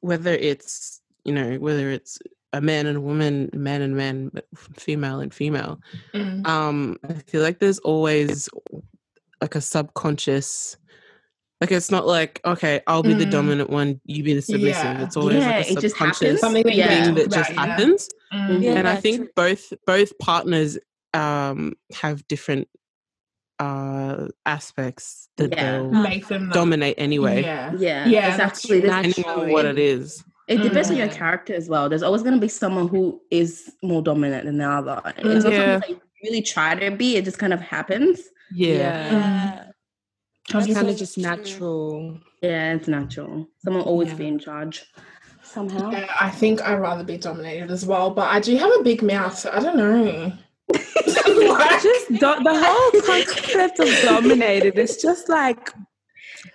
[SPEAKER 5] whether it's you know whether it's a man and a woman, man and man, but female and female,
[SPEAKER 1] Mm.
[SPEAKER 5] um, I feel like there's always like a subconscious. Like it's not like okay, I'll be the
[SPEAKER 1] Mm.
[SPEAKER 5] dominant one, you be the submissive.
[SPEAKER 1] Yeah.
[SPEAKER 5] It's always
[SPEAKER 7] Yeah,
[SPEAKER 5] like a
[SPEAKER 7] it just
[SPEAKER 5] subconscious
[SPEAKER 7] happens.
[SPEAKER 1] Something that you
[SPEAKER 7] Yeah.
[SPEAKER 5] thing
[SPEAKER 1] talked
[SPEAKER 5] that
[SPEAKER 1] about,
[SPEAKER 5] just
[SPEAKER 1] yeah.
[SPEAKER 5] happens.
[SPEAKER 1] Mm.
[SPEAKER 4] Yeah,
[SPEAKER 5] Mm-hmm. and I
[SPEAKER 4] that's
[SPEAKER 5] think
[SPEAKER 4] true.
[SPEAKER 5] both both partners um, have different uh, aspects that
[SPEAKER 7] Yeah.
[SPEAKER 5] they'll
[SPEAKER 1] Make them that.
[SPEAKER 5] dominate anyway,
[SPEAKER 1] Yeah.
[SPEAKER 7] Yeah.
[SPEAKER 1] Yeah, that's
[SPEAKER 7] Exactly.
[SPEAKER 1] true.
[SPEAKER 7] That's
[SPEAKER 5] depending on
[SPEAKER 7] true.
[SPEAKER 5] what it is.
[SPEAKER 7] It depends on your
[SPEAKER 1] Mm.
[SPEAKER 7] character as well. There's always going to be someone who is more dominant than the other. It's not
[SPEAKER 5] Mm, Yeah.
[SPEAKER 7] something that you really try to be. It just kind of happens.
[SPEAKER 5] Yeah,
[SPEAKER 1] Yeah.
[SPEAKER 4] That's
[SPEAKER 3] It's kind
[SPEAKER 4] so
[SPEAKER 3] of just
[SPEAKER 4] true.
[SPEAKER 3] natural.
[SPEAKER 7] Yeah, it's natural. Someone always be in charge somehow.
[SPEAKER 1] Yeah, I think I'd rather be dominated as well, but I do have a big mouth, so I don't know. Like,
[SPEAKER 3] just do- the whole concept of dominated. It's just like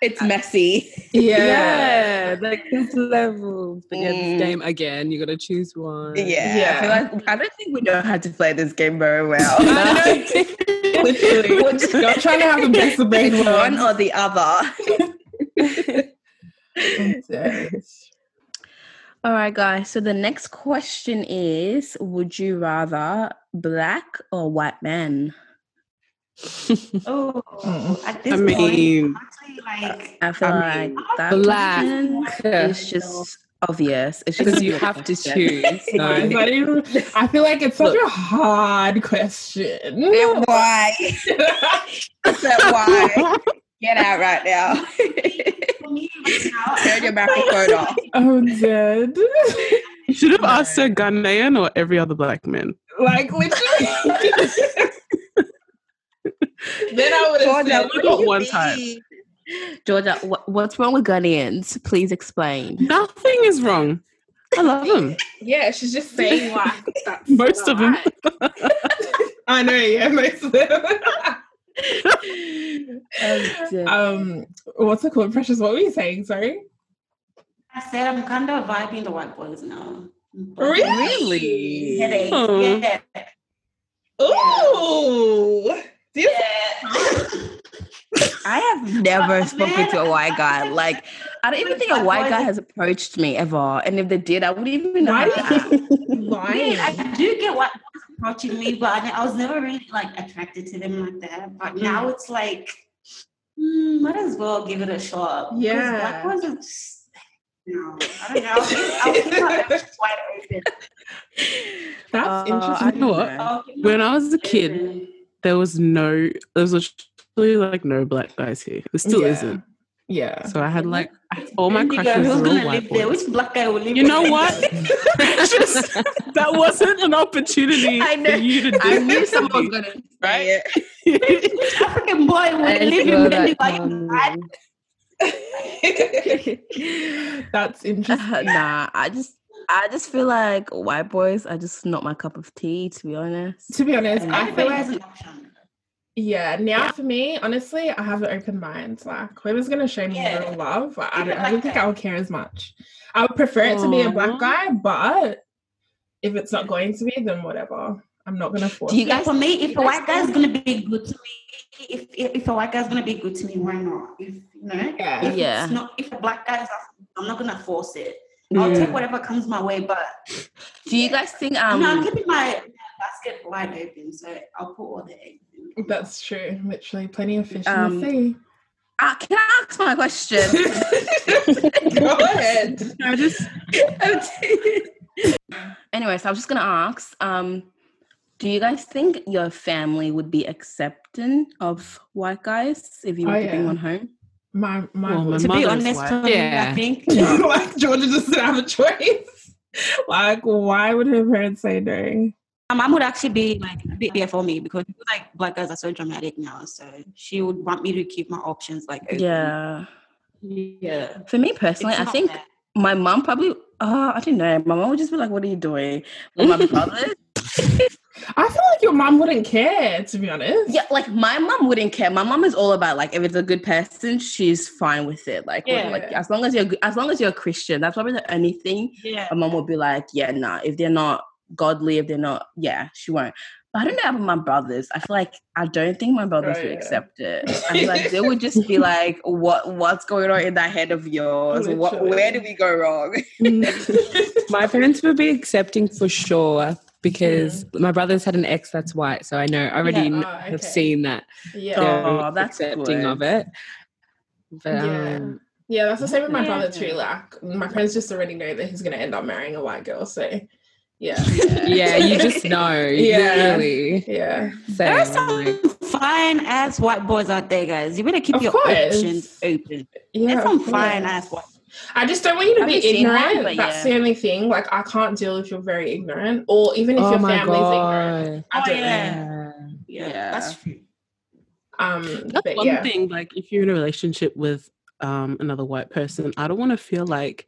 [SPEAKER 7] It's messy.
[SPEAKER 1] yeah.
[SPEAKER 3] yeah, like this level. But yeah,
[SPEAKER 7] Mm.
[SPEAKER 3] this game again. You got to choose one.
[SPEAKER 1] Yeah.
[SPEAKER 7] I feel like I don't think we know how to play this game very well.
[SPEAKER 3] No.
[SPEAKER 7] Literally, we're just
[SPEAKER 1] You're trying to have the best of both
[SPEAKER 7] it's one
[SPEAKER 1] worlds.
[SPEAKER 7] or the other. All right, guys. So the next question is: Would you rather black or white men?
[SPEAKER 4] Oh,
[SPEAKER 1] Mm.
[SPEAKER 4] at this
[SPEAKER 5] I
[SPEAKER 4] point,
[SPEAKER 5] mean,
[SPEAKER 4] actually, like
[SPEAKER 7] I feel
[SPEAKER 5] I
[SPEAKER 7] like that
[SPEAKER 3] black.
[SPEAKER 7] question is just obvious. It's just
[SPEAKER 3] Because
[SPEAKER 7] a
[SPEAKER 3] you
[SPEAKER 7] weird
[SPEAKER 3] have to
[SPEAKER 7] question.
[SPEAKER 3] choose.
[SPEAKER 1] Guys,
[SPEAKER 3] So.
[SPEAKER 1] I, didn't- I feel like it's such a hard question.
[SPEAKER 6] Why? Why? Get out right now.
[SPEAKER 4] for me right now,
[SPEAKER 6] Turn your microphone off.
[SPEAKER 1] I'm dead.
[SPEAKER 5] you should have asked her Ghanaian or every other black man.
[SPEAKER 1] Like literally. then I would have
[SPEAKER 6] Georgia,
[SPEAKER 1] said,
[SPEAKER 6] what
[SPEAKER 5] Not
[SPEAKER 6] do you
[SPEAKER 5] one
[SPEAKER 6] mean?
[SPEAKER 5] time.
[SPEAKER 7] Georgia, wh- what's wrong with Ghanaians? Please explain.
[SPEAKER 5] Nothing is wrong. I love them.
[SPEAKER 1] Yeah, she's just saying like that's
[SPEAKER 5] Most of 'em.
[SPEAKER 1] right. I know, yeah, most of them.
[SPEAKER 3] Uh,
[SPEAKER 1] um, what's the called? Precious, what were you saying? Sorry.
[SPEAKER 4] I said I'm kind of vibing the white boys now.
[SPEAKER 5] Really?
[SPEAKER 4] Headache.
[SPEAKER 5] Oh.
[SPEAKER 4] Yeah.
[SPEAKER 1] Ooh. This
[SPEAKER 7] I have never
[SPEAKER 4] Oh,
[SPEAKER 7] spoken
[SPEAKER 4] man.
[SPEAKER 7] to a white guy. Like, I don't even think a white guy has approached me ever. And if they did, I wouldn't even know.
[SPEAKER 1] Why
[SPEAKER 7] how
[SPEAKER 1] do
[SPEAKER 7] to act.
[SPEAKER 1] lying.
[SPEAKER 4] Man, I do get what was approaching me, but I, I was never really like attracted to them like that. But now it's like, mm, might as well give it a shot. Because
[SPEAKER 1] Yeah.
[SPEAKER 4] Black ones are just, no, I don't know. I'll keep- I'll keep my options wide open.
[SPEAKER 1] That's
[SPEAKER 7] Uh,
[SPEAKER 1] interesting.
[SPEAKER 5] You know what?
[SPEAKER 4] I'll keep my
[SPEAKER 5] When I was a
[SPEAKER 4] options
[SPEAKER 5] kid,
[SPEAKER 4] open.
[SPEAKER 5] there was no, there was literally like no black guys here. There still
[SPEAKER 1] Yeah.
[SPEAKER 5] isn't.
[SPEAKER 1] Yeah.
[SPEAKER 5] So I had like all my
[SPEAKER 4] Indigo,
[SPEAKER 5] crushes
[SPEAKER 4] who's
[SPEAKER 5] were
[SPEAKER 4] gonna
[SPEAKER 5] all
[SPEAKER 4] live
[SPEAKER 5] white
[SPEAKER 4] there?
[SPEAKER 5] boys.
[SPEAKER 4] Which black guy will live?
[SPEAKER 5] You know
[SPEAKER 4] there?
[SPEAKER 5] what? Just that wasn't an opportunity
[SPEAKER 7] I know.
[SPEAKER 5] for you to do.
[SPEAKER 7] I knew someone was going to
[SPEAKER 5] Right?
[SPEAKER 7] say it.
[SPEAKER 4] Which African boy will
[SPEAKER 3] I
[SPEAKER 4] live
[SPEAKER 3] saw
[SPEAKER 4] in
[SPEAKER 3] that
[SPEAKER 4] Bendigo? Are you
[SPEAKER 3] coming.
[SPEAKER 4] mad?
[SPEAKER 1] That's
[SPEAKER 7] Uh,
[SPEAKER 1] interesting.
[SPEAKER 7] nah, I just, I just feel like white boys are just not my cup of tea, to be honest.
[SPEAKER 1] To be honest, I feel
[SPEAKER 4] Everybody
[SPEAKER 1] like
[SPEAKER 4] has an option.
[SPEAKER 1] yeah. Now for me, honestly, I have an open mind. Like whoever's gonna show me
[SPEAKER 4] Yeah.
[SPEAKER 1] real love, like, I
[SPEAKER 4] Keep it
[SPEAKER 1] don't, I
[SPEAKER 4] like
[SPEAKER 1] don't think
[SPEAKER 4] that.
[SPEAKER 1] I would care as much. I would prefer it to be a black
[SPEAKER 5] Aw.
[SPEAKER 1] guy, but if it's not going to be, then whatever. I'm not gonna force.
[SPEAKER 7] Do you
[SPEAKER 4] Yeah,
[SPEAKER 7] guys?
[SPEAKER 4] for me, if a
[SPEAKER 7] guys
[SPEAKER 4] white guy's gonna be good to me, if if, if a white guy's gonna be good to me, why not? If you know,
[SPEAKER 1] Yeah.
[SPEAKER 4] if
[SPEAKER 7] Yeah.
[SPEAKER 4] it's not if a black guy is, asking, I'm not gonna force it. I'll take whatever comes my way, but
[SPEAKER 7] Do you guys think?
[SPEAKER 4] I'm
[SPEAKER 7] Um,
[SPEAKER 4] not keeping my basket wide open, so I'll put all the eggs. in.
[SPEAKER 1] That's true. Literally, plenty of fish in
[SPEAKER 7] Um,
[SPEAKER 1] the sea.
[SPEAKER 7] uh, can I ask my question?
[SPEAKER 1] Go ahead.
[SPEAKER 5] I just
[SPEAKER 7] anyway, so I was just gonna ask, um, do you guys think your family would be accepting of white guys if you were
[SPEAKER 1] Oh,
[SPEAKER 7] to bring
[SPEAKER 1] yeah.
[SPEAKER 7] one home?
[SPEAKER 1] My my
[SPEAKER 5] Well, my
[SPEAKER 4] To be
[SPEAKER 5] mother's
[SPEAKER 4] honest,
[SPEAKER 5] white.
[SPEAKER 4] for me,
[SPEAKER 3] Yeah.
[SPEAKER 4] I think
[SPEAKER 1] like Georgia just didn't have a choice. Like, why would her parents say no?
[SPEAKER 4] my mom Um, would actually be like a bit there for me because like black guys are so dramatic now, so she would want me to keep my options like open.
[SPEAKER 7] Yeah.
[SPEAKER 4] yeah.
[SPEAKER 7] For me personally,
[SPEAKER 4] It's
[SPEAKER 7] I
[SPEAKER 4] not
[SPEAKER 7] think
[SPEAKER 4] bad.
[SPEAKER 7] my mom probably uh, I don't know. My mom would just be like, What are you doing? But my brother
[SPEAKER 1] I feel like your mom wouldn't care, to be honest.
[SPEAKER 7] Yeah, like my mom wouldn't care. My mom is all about like if it's a good person, she's fine with it. Like,
[SPEAKER 4] Yeah.
[SPEAKER 7] like as long as you're good, as long as you're a Christian, that's probably the only thing
[SPEAKER 4] Yeah.
[SPEAKER 7] my mom would be like, yeah, nah, if they're not godly, if they're not, yeah, she won't. But I don't know about my brothers. I feel like I don't think my brothers
[SPEAKER 1] Oh,
[SPEAKER 7] would
[SPEAKER 1] yeah.
[SPEAKER 7] accept it. I feel like they would just be like, what what's going on in that head of yours? What, where
[SPEAKER 1] Literally.
[SPEAKER 7] did we go wrong?
[SPEAKER 3] Mm. My parents would be accepting for sure because my brother's had an ex that's white, so I know I already
[SPEAKER 4] Yeah.
[SPEAKER 3] kn-
[SPEAKER 1] Ah,
[SPEAKER 3] have
[SPEAKER 1] okay.
[SPEAKER 3] seen that.
[SPEAKER 1] Yeah.
[SPEAKER 3] they're
[SPEAKER 7] Oh, that's
[SPEAKER 3] accepting
[SPEAKER 7] good.
[SPEAKER 3] of it. But
[SPEAKER 1] Yeah.
[SPEAKER 3] um,
[SPEAKER 1] Yeah, that's the same with my
[SPEAKER 4] Yeah.
[SPEAKER 1] brother too. Like, my parents just already know that he's gonna end up marrying a white girl. So, yeah,
[SPEAKER 3] yeah, you just know,
[SPEAKER 1] Yeah.
[SPEAKER 3] literally.
[SPEAKER 1] yeah.
[SPEAKER 3] So,
[SPEAKER 4] There are
[SPEAKER 3] like,
[SPEAKER 4] some fine ass white boys out there, guys. You better keep
[SPEAKER 1] Of
[SPEAKER 4] your
[SPEAKER 1] course.
[SPEAKER 4] options open.
[SPEAKER 1] Yeah,
[SPEAKER 4] There's some
[SPEAKER 1] of course.
[SPEAKER 4] fine ass white.
[SPEAKER 1] I just don't want you to
[SPEAKER 7] I
[SPEAKER 1] be
[SPEAKER 7] haven't seen one,
[SPEAKER 1] ignorant.
[SPEAKER 7] but
[SPEAKER 1] That's
[SPEAKER 7] yeah.
[SPEAKER 1] the only thing. Like, I can't deal if you're very ignorant, or even if
[SPEAKER 3] oh
[SPEAKER 1] your
[SPEAKER 3] my
[SPEAKER 1] family's ignorant.
[SPEAKER 3] god.
[SPEAKER 1] I
[SPEAKER 4] Oh,
[SPEAKER 1] don't know.
[SPEAKER 4] yeah.
[SPEAKER 3] Yeah.
[SPEAKER 4] Yeah,
[SPEAKER 7] Yeah.
[SPEAKER 4] that's true.
[SPEAKER 1] Um,
[SPEAKER 5] That's
[SPEAKER 1] but
[SPEAKER 5] one
[SPEAKER 1] yeah,
[SPEAKER 5] thing. Like, if you're in a relationship with um, another white person, I don't want to feel like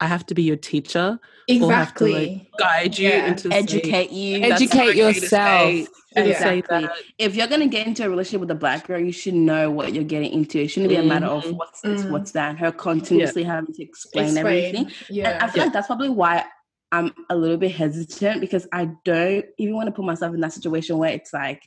[SPEAKER 5] I have to be your teacher, We'll have to,
[SPEAKER 1] exactly.
[SPEAKER 5] like, guide you
[SPEAKER 1] Yeah.
[SPEAKER 5] into saying-
[SPEAKER 7] Educate you. that's
[SPEAKER 3] Educate
[SPEAKER 5] okay to
[SPEAKER 3] yourself.
[SPEAKER 5] say-
[SPEAKER 1] Yeah.
[SPEAKER 5] to say
[SPEAKER 7] Exactly.
[SPEAKER 5] that.
[SPEAKER 7] If you're gonna get into a relationship with a black girl, you should know what you're getting into. It shouldn't be a matter of
[SPEAKER 5] Mhm.
[SPEAKER 7] what's this,
[SPEAKER 1] Mm.
[SPEAKER 7] what's that. and Her continuously having to explain, everything. And I
[SPEAKER 1] Yeah.
[SPEAKER 7] feel like that's probably why I'm a little bit hesitant because I don't even want to put myself in that situation where it's like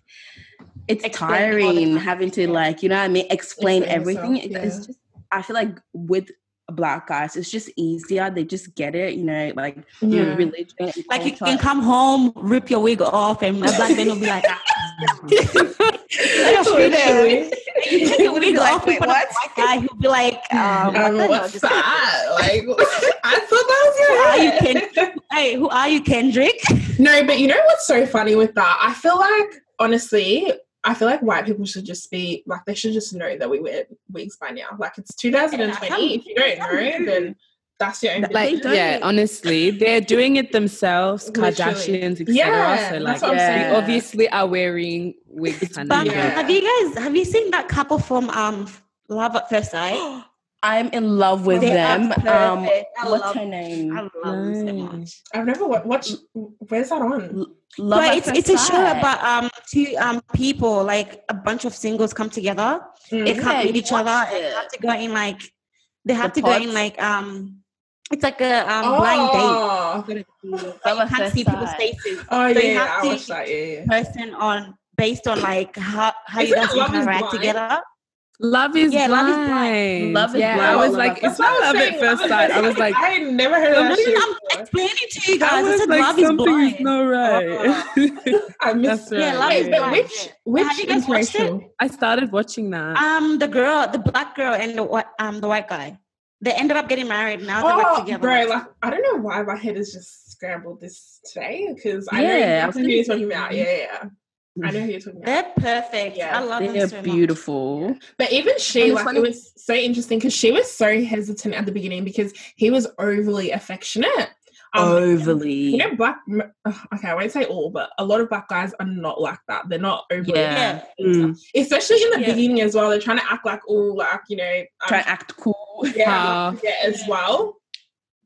[SPEAKER 7] it's
[SPEAKER 4] Explain all the
[SPEAKER 7] tiring
[SPEAKER 4] time.
[SPEAKER 7] having to like you know what I mean explain,
[SPEAKER 1] Explain
[SPEAKER 7] everything.
[SPEAKER 1] yourself,
[SPEAKER 7] It's
[SPEAKER 1] yeah.
[SPEAKER 7] just I feel like with black guys, it's just easier. They just get it, you know, like
[SPEAKER 1] Yeah.
[SPEAKER 7] religion. and
[SPEAKER 4] Like you
[SPEAKER 7] culture
[SPEAKER 4] can come home, rip your wig off, and a black man will be like, ah,
[SPEAKER 1] Literally.
[SPEAKER 4] you take your wig
[SPEAKER 6] like,
[SPEAKER 4] off
[SPEAKER 6] "Wait,
[SPEAKER 4] in front of a
[SPEAKER 6] what?"
[SPEAKER 4] white guy, he'll be like, um, I
[SPEAKER 1] Um,
[SPEAKER 4] don't know,
[SPEAKER 1] what's
[SPEAKER 4] just-
[SPEAKER 1] that? Like, I thought that was your
[SPEAKER 4] Why you
[SPEAKER 1] head.
[SPEAKER 4] hey, who are you, Kendrick?
[SPEAKER 1] No, but you know what's so funny with that? I feel like, honestly, I feel like white people should just be like they should just know that we wear wigs by now. Like it's 2020. if you don't know, then that's your own.
[SPEAKER 7] Like,
[SPEAKER 1] business.
[SPEAKER 3] Like,
[SPEAKER 7] don't-
[SPEAKER 3] yeah, honestly, they're doing it themselves,
[SPEAKER 1] Literally.
[SPEAKER 3] Kardashians, etc.
[SPEAKER 1] Yeah,
[SPEAKER 3] so,
[SPEAKER 1] that's
[SPEAKER 3] like,
[SPEAKER 1] what
[SPEAKER 7] I'm saying.
[SPEAKER 3] we obviously are wearing wigs. honey.
[SPEAKER 4] But
[SPEAKER 1] Yeah.
[SPEAKER 4] have you guys have you seen that couple from um Love at first sight.
[SPEAKER 7] I'm in love with
[SPEAKER 4] They are
[SPEAKER 7] them. Um,
[SPEAKER 4] perfect. I
[SPEAKER 7] what's
[SPEAKER 4] love-
[SPEAKER 7] her name?
[SPEAKER 4] I love them so much.
[SPEAKER 1] I've never wa- watched. Where's that on?
[SPEAKER 7] Love
[SPEAKER 4] but
[SPEAKER 7] at
[SPEAKER 4] it's
[SPEAKER 7] First
[SPEAKER 4] it's a show
[SPEAKER 7] Sight.
[SPEAKER 4] about um two um people like a bunch of singles come together. They
[SPEAKER 1] Mm.
[SPEAKER 4] can't
[SPEAKER 7] Yeah,
[SPEAKER 4] meet
[SPEAKER 7] you
[SPEAKER 4] each other.
[SPEAKER 7] watched
[SPEAKER 4] And they
[SPEAKER 7] it.
[SPEAKER 4] have to go in like they have
[SPEAKER 7] The
[SPEAKER 4] to go in
[SPEAKER 7] pods?
[SPEAKER 4] like um it's like a um, blind date.
[SPEAKER 1] Oh,
[SPEAKER 4] But you
[SPEAKER 7] Love at
[SPEAKER 4] can't
[SPEAKER 7] First
[SPEAKER 4] see people's
[SPEAKER 7] Sight.
[SPEAKER 4] faces.
[SPEAKER 1] oh yeah,
[SPEAKER 4] So you
[SPEAKER 1] yeah,
[SPEAKER 4] have
[SPEAKER 1] I
[SPEAKER 4] to-
[SPEAKER 1] watched that. Yeah, yeah.
[SPEAKER 4] Person on based on like how how you
[SPEAKER 1] Isn't it
[SPEAKER 4] guys
[SPEAKER 1] Love is
[SPEAKER 4] interact
[SPEAKER 1] Blind?
[SPEAKER 4] together.
[SPEAKER 3] Love is
[SPEAKER 4] Yeah, Love is Blind.
[SPEAKER 3] blind.
[SPEAKER 7] Love is
[SPEAKER 3] yeah,
[SPEAKER 7] blind.
[SPEAKER 3] I was
[SPEAKER 7] Love
[SPEAKER 3] like,
[SPEAKER 7] is
[SPEAKER 3] it's
[SPEAKER 1] That's
[SPEAKER 3] not
[SPEAKER 1] what I'm
[SPEAKER 3] love at
[SPEAKER 1] saying.
[SPEAKER 3] first sight. I was like,
[SPEAKER 1] I ain't never heard of that
[SPEAKER 4] No, no, no,
[SPEAKER 1] shit.
[SPEAKER 4] I'm
[SPEAKER 1] before.
[SPEAKER 4] explaining to you
[SPEAKER 3] I
[SPEAKER 4] guys. I
[SPEAKER 3] was
[SPEAKER 4] said
[SPEAKER 3] like,
[SPEAKER 4] love is
[SPEAKER 3] something is
[SPEAKER 4] blind.
[SPEAKER 3] not right.
[SPEAKER 1] I missed.
[SPEAKER 3] That's right.
[SPEAKER 4] Yeah, love
[SPEAKER 1] Wait,
[SPEAKER 4] is
[SPEAKER 1] but
[SPEAKER 4] blind.
[SPEAKER 1] which
[SPEAKER 4] yeah.
[SPEAKER 1] which
[SPEAKER 4] Have you guys watched it?
[SPEAKER 1] interracial?
[SPEAKER 3] I started watching that.
[SPEAKER 4] Um, the girl, the black girl, and the whi- um the white guy. They ended up getting married. Now they're like
[SPEAKER 1] Oh,
[SPEAKER 4] together.
[SPEAKER 1] bro, like I don't know why my head is just scrambled this today because I know
[SPEAKER 7] Yeah, I was
[SPEAKER 1] exactly who
[SPEAKER 7] gonna
[SPEAKER 1] you're talking about. Yeah, yeah, yeah. I know who you're talking about.
[SPEAKER 4] they're perfect.
[SPEAKER 1] Yeah.
[SPEAKER 4] I love them
[SPEAKER 7] They're
[SPEAKER 4] so much.
[SPEAKER 7] beautiful.
[SPEAKER 1] But even she,
[SPEAKER 3] And it's
[SPEAKER 1] like,
[SPEAKER 3] funny-
[SPEAKER 1] it was so interesting because she was so hesitant at the beginning because he was overly affectionate.
[SPEAKER 7] Oh,
[SPEAKER 1] Um,
[SPEAKER 7] Overly.
[SPEAKER 1] You know, black. m- ugh, Okay, I won't say all, but a lot of black guys are not like that. They're not overly,
[SPEAKER 7] Yeah.
[SPEAKER 4] Yeah,
[SPEAKER 1] especially in the
[SPEAKER 4] Yeah.
[SPEAKER 1] beginning as well. They're trying to act like all, like you know, um,
[SPEAKER 7] Try to act cool.
[SPEAKER 1] yeah, like, yeah, as
[SPEAKER 4] Yeah.
[SPEAKER 1] well.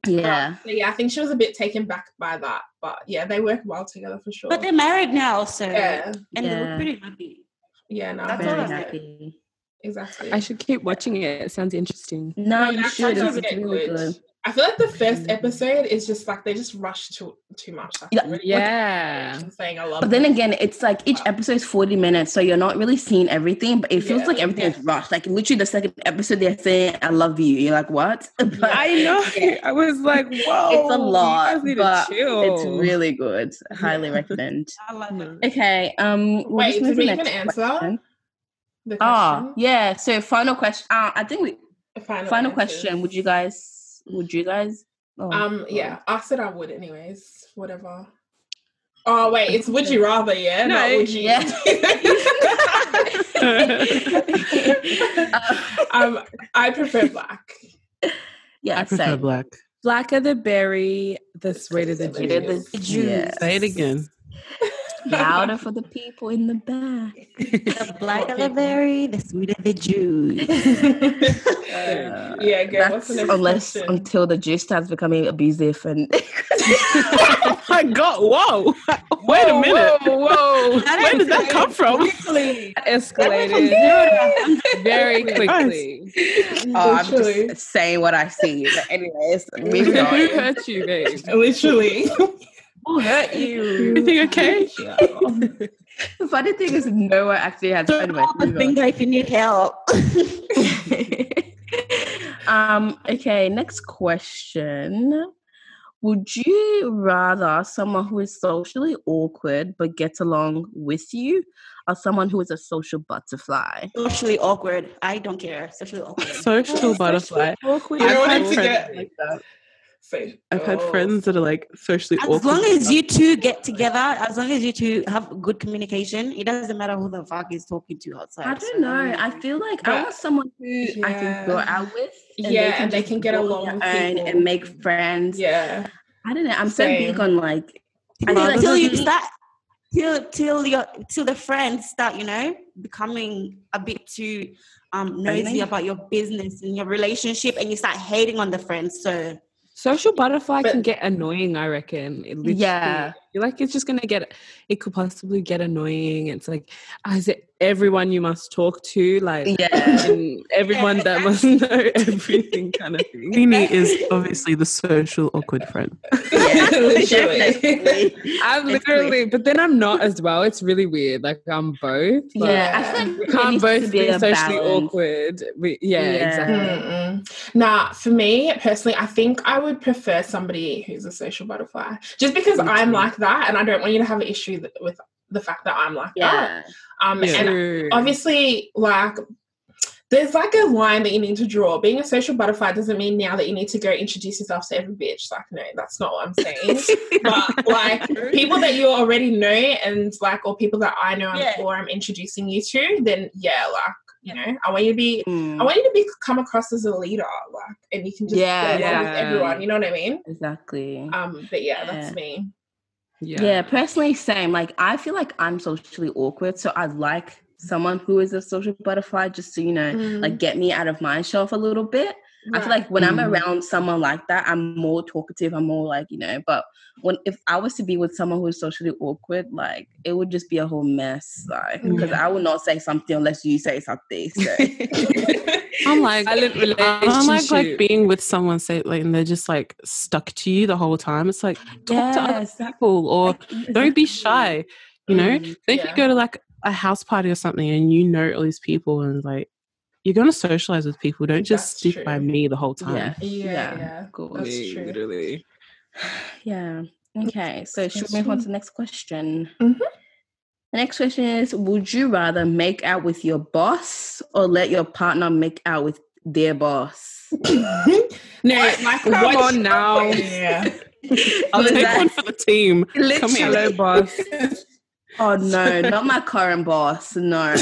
[SPEAKER 7] Yeah.
[SPEAKER 1] So, yeah, I think she was a bit taken back by that, but yeah, they work well together for sure.
[SPEAKER 4] but they're married now, so
[SPEAKER 1] yeah,
[SPEAKER 4] and they were
[SPEAKER 7] Yeah.
[SPEAKER 4] pretty happy.
[SPEAKER 1] yeah, no,
[SPEAKER 4] That's
[SPEAKER 1] very
[SPEAKER 4] all
[SPEAKER 7] Very
[SPEAKER 4] I
[SPEAKER 1] nice.
[SPEAKER 4] said.
[SPEAKER 7] happy.
[SPEAKER 1] Exactly.
[SPEAKER 3] I should keep watching it. It sounds interesting.
[SPEAKER 7] No,
[SPEAKER 1] No,
[SPEAKER 7] you
[SPEAKER 1] that's
[SPEAKER 7] should.
[SPEAKER 1] actually
[SPEAKER 7] It's it's
[SPEAKER 1] get
[SPEAKER 7] really
[SPEAKER 1] good.
[SPEAKER 7] good.
[SPEAKER 1] I feel like the first
[SPEAKER 7] Mm.
[SPEAKER 1] episode is just like they just rush too too much. Like,
[SPEAKER 7] Yeah.
[SPEAKER 1] really
[SPEAKER 3] Yeah.
[SPEAKER 1] and saying I love.
[SPEAKER 7] But then
[SPEAKER 1] it.
[SPEAKER 7] again, it's like each episode's 40 minutes, so you're not really seeing everything, but it feels
[SPEAKER 1] Yeah.
[SPEAKER 7] like everything is rushed. Like literally the second episode they're saying, I love you. You're like, what? But
[SPEAKER 3] I know.
[SPEAKER 7] Yeah.
[SPEAKER 3] I was like, whoa.
[SPEAKER 7] It's a
[SPEAKER 3] You
[SPEAKER 7] lot.
[SPEAKER 3] guys need
[SPEAKER 7] But
[SPEAKER 3] to chill.
[SPEAKER 7] it's really good. Highly recommend.
[SPEAKER 4] I love it.
[SPEAKER 7] Okay. Um we'll
[SPEAKER 1] Wait,
[SPEAKER 7] just
[SPEAKER 1] did
[SPEAKER 7] move to
[SPEAKER 1] we
[SPEAKER 7] the next
[SPEAKER 1] even answer
[SPEAKER 7] question.
[SPEAKER 1] the
[SPEAKER 7] Ah,
[SPEAKER 1] question.
[SPEAKER 7] yeah. So final question. Uh, I think we
[SPEAKER 1] Final,
[SPEAKER 7] final
[SPEAKER 1] answers.
[SPEAKER 7] question. Would you guys would you guys oh,
[SPEAKER 1] Um.
[SPEAKER 7] God.
[SPEAKER 1] Yeah, I said I would, anyways. Whatever. Oh wait, it's would you rather? Yeah, no,
[SPEAKER 3] No,
[SPEAKER 1] would you?
[SPEAKER 7] yeah.
[SPEAKER 1] um, I prefer black.
[SPEAKER 7] yeah,
[SPEAKER 5] I prefer
[SPEAKER 7] same.
[SPEAKER 5] black.
[SPEAKER 3] Blacker the berry, the sweeter the
[SPEAKER 1] Sweeter the
[SPEAKER 3] juice.
[SPEAKER 7] Yes.
[SPEAKER 5] Say it again.
[SPEAKER 7] Louder for the people in the back.
[SPEAKER 4] The blacker
[SPEAKER 1] What
[SPEAKER 4] the
[SPEAKER 1] people?
[SPEAKER 4] berry, the sweeter the juice.
[SPEAKER 7] Uh,
[SPEAKER 1] yeah, girl. What's
[SPEAKER 7] that's
[SPEAKER 1] the next
[SPEAKER 7] unless
[SPEAKER 1] question?
[SPEAKER 7] until the juice starts becoming abusive and
[SPEAKER 5] oh my god! Whoa! Wait a minute!
[SPEAKER 3] Whoa.
[SPEAKER 5] Where did that come from?
[SPEAKER 3] Escalated very quickly.
[SPEAKER 7] oh, I'm
[SPEAKER 1] Literally.
[SPEAKER 7] just saying what I see. But anyways,
[SPEAKER 3] Who
[SPEAKER 7] moving on.
[SPEAKER 3] hurt you, babe?
[SPEAKER 1] Literally.
[SPEAKER 4] Who hurt you?
[SPEAKER 5] Everything okay?
[SPEAKER 7] The funny thing is, no one actually had
[SPEAKER 4] Don't
[SPEAKER 7] fun
[SPEAKER 4] call the
[SPEAKER 7] with
[SPEAKER 4] finger if you need help.
[SPEAKER 7] um okay next question would you rather someone who is socially awkward but gets along with you or someone who is a social butterfly
[SPEAKER 4] Socially awkward. I don't care. Socially awkward.
[SPEAKER 5] Social butterfly.
[SPEAKER 3] Awkward.
[SPEAKER 1] You know what
[SPEAKER 5] I've
[SPEAKER 1] it's
[SPEAKER 5] had friends
[SPEAKER 1] again?
[SPEAKER 5] like that.
[SPEAKER 1] So-
[SPEAKER 5] I've had
[SPEAKER 1] oh.
[SPEAKER 5] friends that are like socially
[SPEAKER 4] As
[SPEAKER 5] awkward.
[SPEAKER 4] long as you two get together, as long as you two have good communication, it doesn't matter who the fuck is talking to outside.
[SPEAKER 7] i
[SPEAKER 4] so-
[SPEAKER 7] don't know i feel like i
[SPEAKER 1] But-
[SPEAKER 7] want someone who i can go
[SPEAKER 1] Yeah.
[SPEAKER 7] out with
[SPEAKER 1] Yeah, and they
[SPEAKER 7] just
[SPEAKER 1] can get
[SPEAKER 7] go on
[SPEAKER 1] along
[SPEAKER 7] their
[SPEAKER 1] with
[SPEAKER 7] own
[SPEAKER 1] people.
[SPEAKER 7] and make friends
[SPEAKER 1] Yeah.
[SPEAKER 7] i don't know i'm so big
[SPEAKER 1] Same.
[SPEAKER 7] on like I feel
[SPEAKER 4] Till,
[SPEAKER 7] like
[SPEAKER 4] till you
[SPEAKER 7] you-
[SPEAKER 4] start, till till your till the friends start, you know, becoming a bit too um nosy
[SPEAKER 7] Friendly?
[SPEAKER 4] about your business and your relationship, and you start hating on the friends. So
[SPEAKER 3] Social butterfly
[SPEAKER 1] But-
[SPEAKER 3] can get annoying, I reckon. It literally-
[SPEAKER 7] Yeah.
[SPEAKER 3] I feel like it's just going to get, it could possibly get annoying. It's like, "Ah, is it everyone you must talk to? Like,
[SPEAKER 7] yeah
[SPEAKER 3] and everyone that must know everything kind of thing.
[SPEAKER 5] Queenie is obviously the social awkward friend.
[SPEAKER 7] yeah
[SPEAKER 1] Literally.
[SPEAKER 7] definitely.
[SPEAKER 3] I'm
[SPEAKER 7] It's
[SPEAKER 3] literally, but then I'm not as well. It's really weird. Like, I'm both. but
[SPEAKER 7] yeah i feel like
[SPEAKER 3] We
[SPEAKER 7] there
[SPEAKER 3] can't
[SPEAKER 7] needs to
[SPEAKER 3] both be
[SPEAKER 7] a
[SPEAKER 3] socially
[SPEAKER 7] balance.
[SPEAKER 3] awkward. We, yeah,
[SPEAKER 7] Yeah.
[SPEAKER 3] exactly.
[SPEAKER 1] Mm-mm. Nah, for me personally, I think I would prefer somebody who's a social butterfly, just because I'm like that, and I don't want you to have an issue th- with the fact that I'm like that.
[SPEAKER 7] yeah
[SPEAKER 1] Um,
[SPEAKER 5] Yeah.
[SPEAKER 1] and
[SPEAKER 3] True.
[SPEAKER 1] obviously, like, there's like a line that you need to draw. Being a social butterfly doesn't mean now that you need to go introduce yourself to every bitch. Like, no, that's not what I'm saying. but like people that you already know and like or people that I know
[SPEAKER 4] Yeah.
[SPEAKER 1] or I'm introducing you to, then yeah, like you know, I want you to be
[SPEAKER 7] Mm.
[SPEAKER 1] I want you to be come across as a leader, like and you can just
[SPEAKER 7] Yeah,
[SPEAKER 1] get along with
[SPEAKER 3] yeah.
[SPEAKER 1] everyone, you know what I mean?
[SPEAKER 7] Exactly.
[SPEAKER 1] Um but yeah,
[SPEAKER 7] Yeah.
[SPEAKER 1] that's me.
[SPEAKER 7] yeah. personally, same. Like, I feel like I'm socially awkward, so I like someone who is a social butterfly just to, you know,
[SPEAKER 5] Mm-hmm.
[SPEAKER 1] Mm.
[SPEAKER 7] like get me out of my shelf a little bit. I feel
[SPEAKER 1] Right.
[SPEAKER 7] like when I'm
[SPEAKER 5] Mm-hmm.
[SPEAKER 3] Mm.
[SPEAKER 7] around someone like that, I'm more talkative. I'm more like, you know, but when if I was to be with someone who's socially awkward, like it would just be a whole mess. Like, because I would not say something unless you say something. So
[SPEAKER 3] I'm like,
[SPEAKER 7] Oh
[SPEAKER 5] Silent I'm like, like being with someone, say, like, and they're just like stuck to you the whole time. It's like, talk to other
[SPEAKER 7] Yes, that-
[SPEAKER 5] people or don't be shy, you know?
[SPEAKER 7] Mm,
[SPEAKER 5] Then if
[SPEAKER 7] yeah.
[SPEAKER 5] you go to like a house party or something and you know all these people and like, you're going to socialize with people. Don't just
[SPEAKER 1] That's
[SPEAKER 5] stick by
[SPEAKER 1] true.
[SPEAKER 5] me the whole time.
[SPEAKER 7] Yeah,
[SPEAKER 1] Yeah,
[SPEAKER 7] yeah,
[SPEAKER 1] yeah.
[SPEAKER 7] cool.
[SPEAKER 1] That's true.
[SPEAKER 3] Literally.
[SPEAKER 7] Yeah. Okay. So should we move on to the next question?
[SPEAKER 1] Mhm.
[SPEAKER 7] The next question is Would you rather make out with your boss or let your partner make out with their boss?
[SPEAKER 3] No, like, come on now.
[SPEAKER 1] yeah.
[SPEAKER 5] I'll
[SPEAKER 7] Because
[SPEAKER 5] take
[SPEAKER 7] that-
[SPEAKER 5] one for the team. Come here.
[SPEAKER 7] Literally.
[SPEAKER 3] Hello, boss.
[SPEAKER 7] Oh, no, not my current boss. No.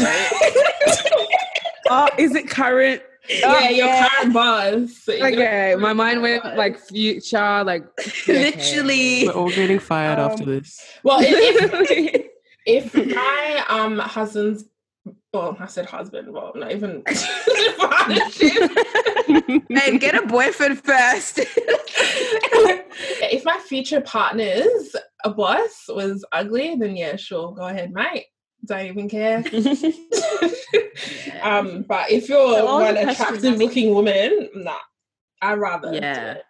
[SPEAKER 3] Oh, is it current?
[SPEAKER 7] Oh,
[SPEAKER 1] yeah, your current boss.
[SPEAKER 3] Okay, my mind went like future, like
[SPEAKER 7] Literally.
[SPEAKER 5] We're all getting fired after
[SPEAKER 1] Um,
[SPEAKER 5] this.
[SPEAKER 1] Well, if,
[SPEAKER 3] okay.
[SPEAKER 1] if, if my um husband's well, I said husband. Well, not even partnership.
[SPEAKER 7] Babe, get a boyfriend first.
[SPEAKER 1] if my future partner's a boss was ugly, then yeah, sure, go ahead, mate. Don't even care. um, but if you're
[SPEAKER 5] So what was
[SPEAKER 1] one
[SPEAKER 5] the question?
[SPEAKER 1] attractive-looking woman, nah, I'd rather. do
[SPEAKER 7] Yeah.
[SPEAKER 1] it.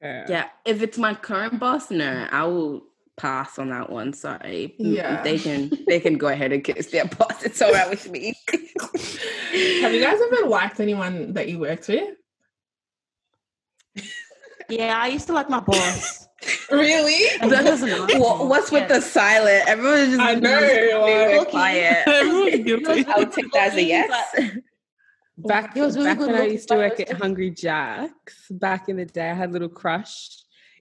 [SPEAKER 7] Yeah, if it's my current boss, no, I will pass on that one. Sorry, Mm,
[SPEAKER 1] Yeah.
[SPEAKER 7] they can they can go ahead and kiss their boss. It's all right with me.
[SPEAKER 1] Have you guys ever liked anyone that you worked with?
[SPEAKER 4] Yeah, I used to like my boss.
[SPEAKER 6] Really?
[SPEAKER 4] And he doesn't like
[SPEAKER 7] What,
[SPEAKER 4] me.
[SPEAKER 7] what's with the silent? Everyone's just
[SPEAKER 1] I know,
[SPEAKER 7] very
[SPEAKER 1] like-
[SPEAKER 7] quiet.
[SPEAKER 5] Everyone's
[SPEAKER 4] He was
[SPEAKER 5] guilty.
[SPEAKER 4] really
[SPEAKER 6] I'll take that as a
[SPEAKER 4] good-looking,
[SPEAKER 6] yes.
[SPEAKER 4] but-
[SPEAKER 3] Back,
[SPEAKER 4] It was really
[SPEAKER 3] back
[SPEAKER 4] good
[SPEAKER 3] when I
[SPEAKER 4] looking,
[SPEAKER 3] used to
[SPEAKER 4] but it
[SPEAKER 3] work
[SPEAKER 4] was
[SPEAKER 3] at
[SPEAKER 4] just-
[SPEAKER 3] Hungry Jack's, back in the day, I had a little crush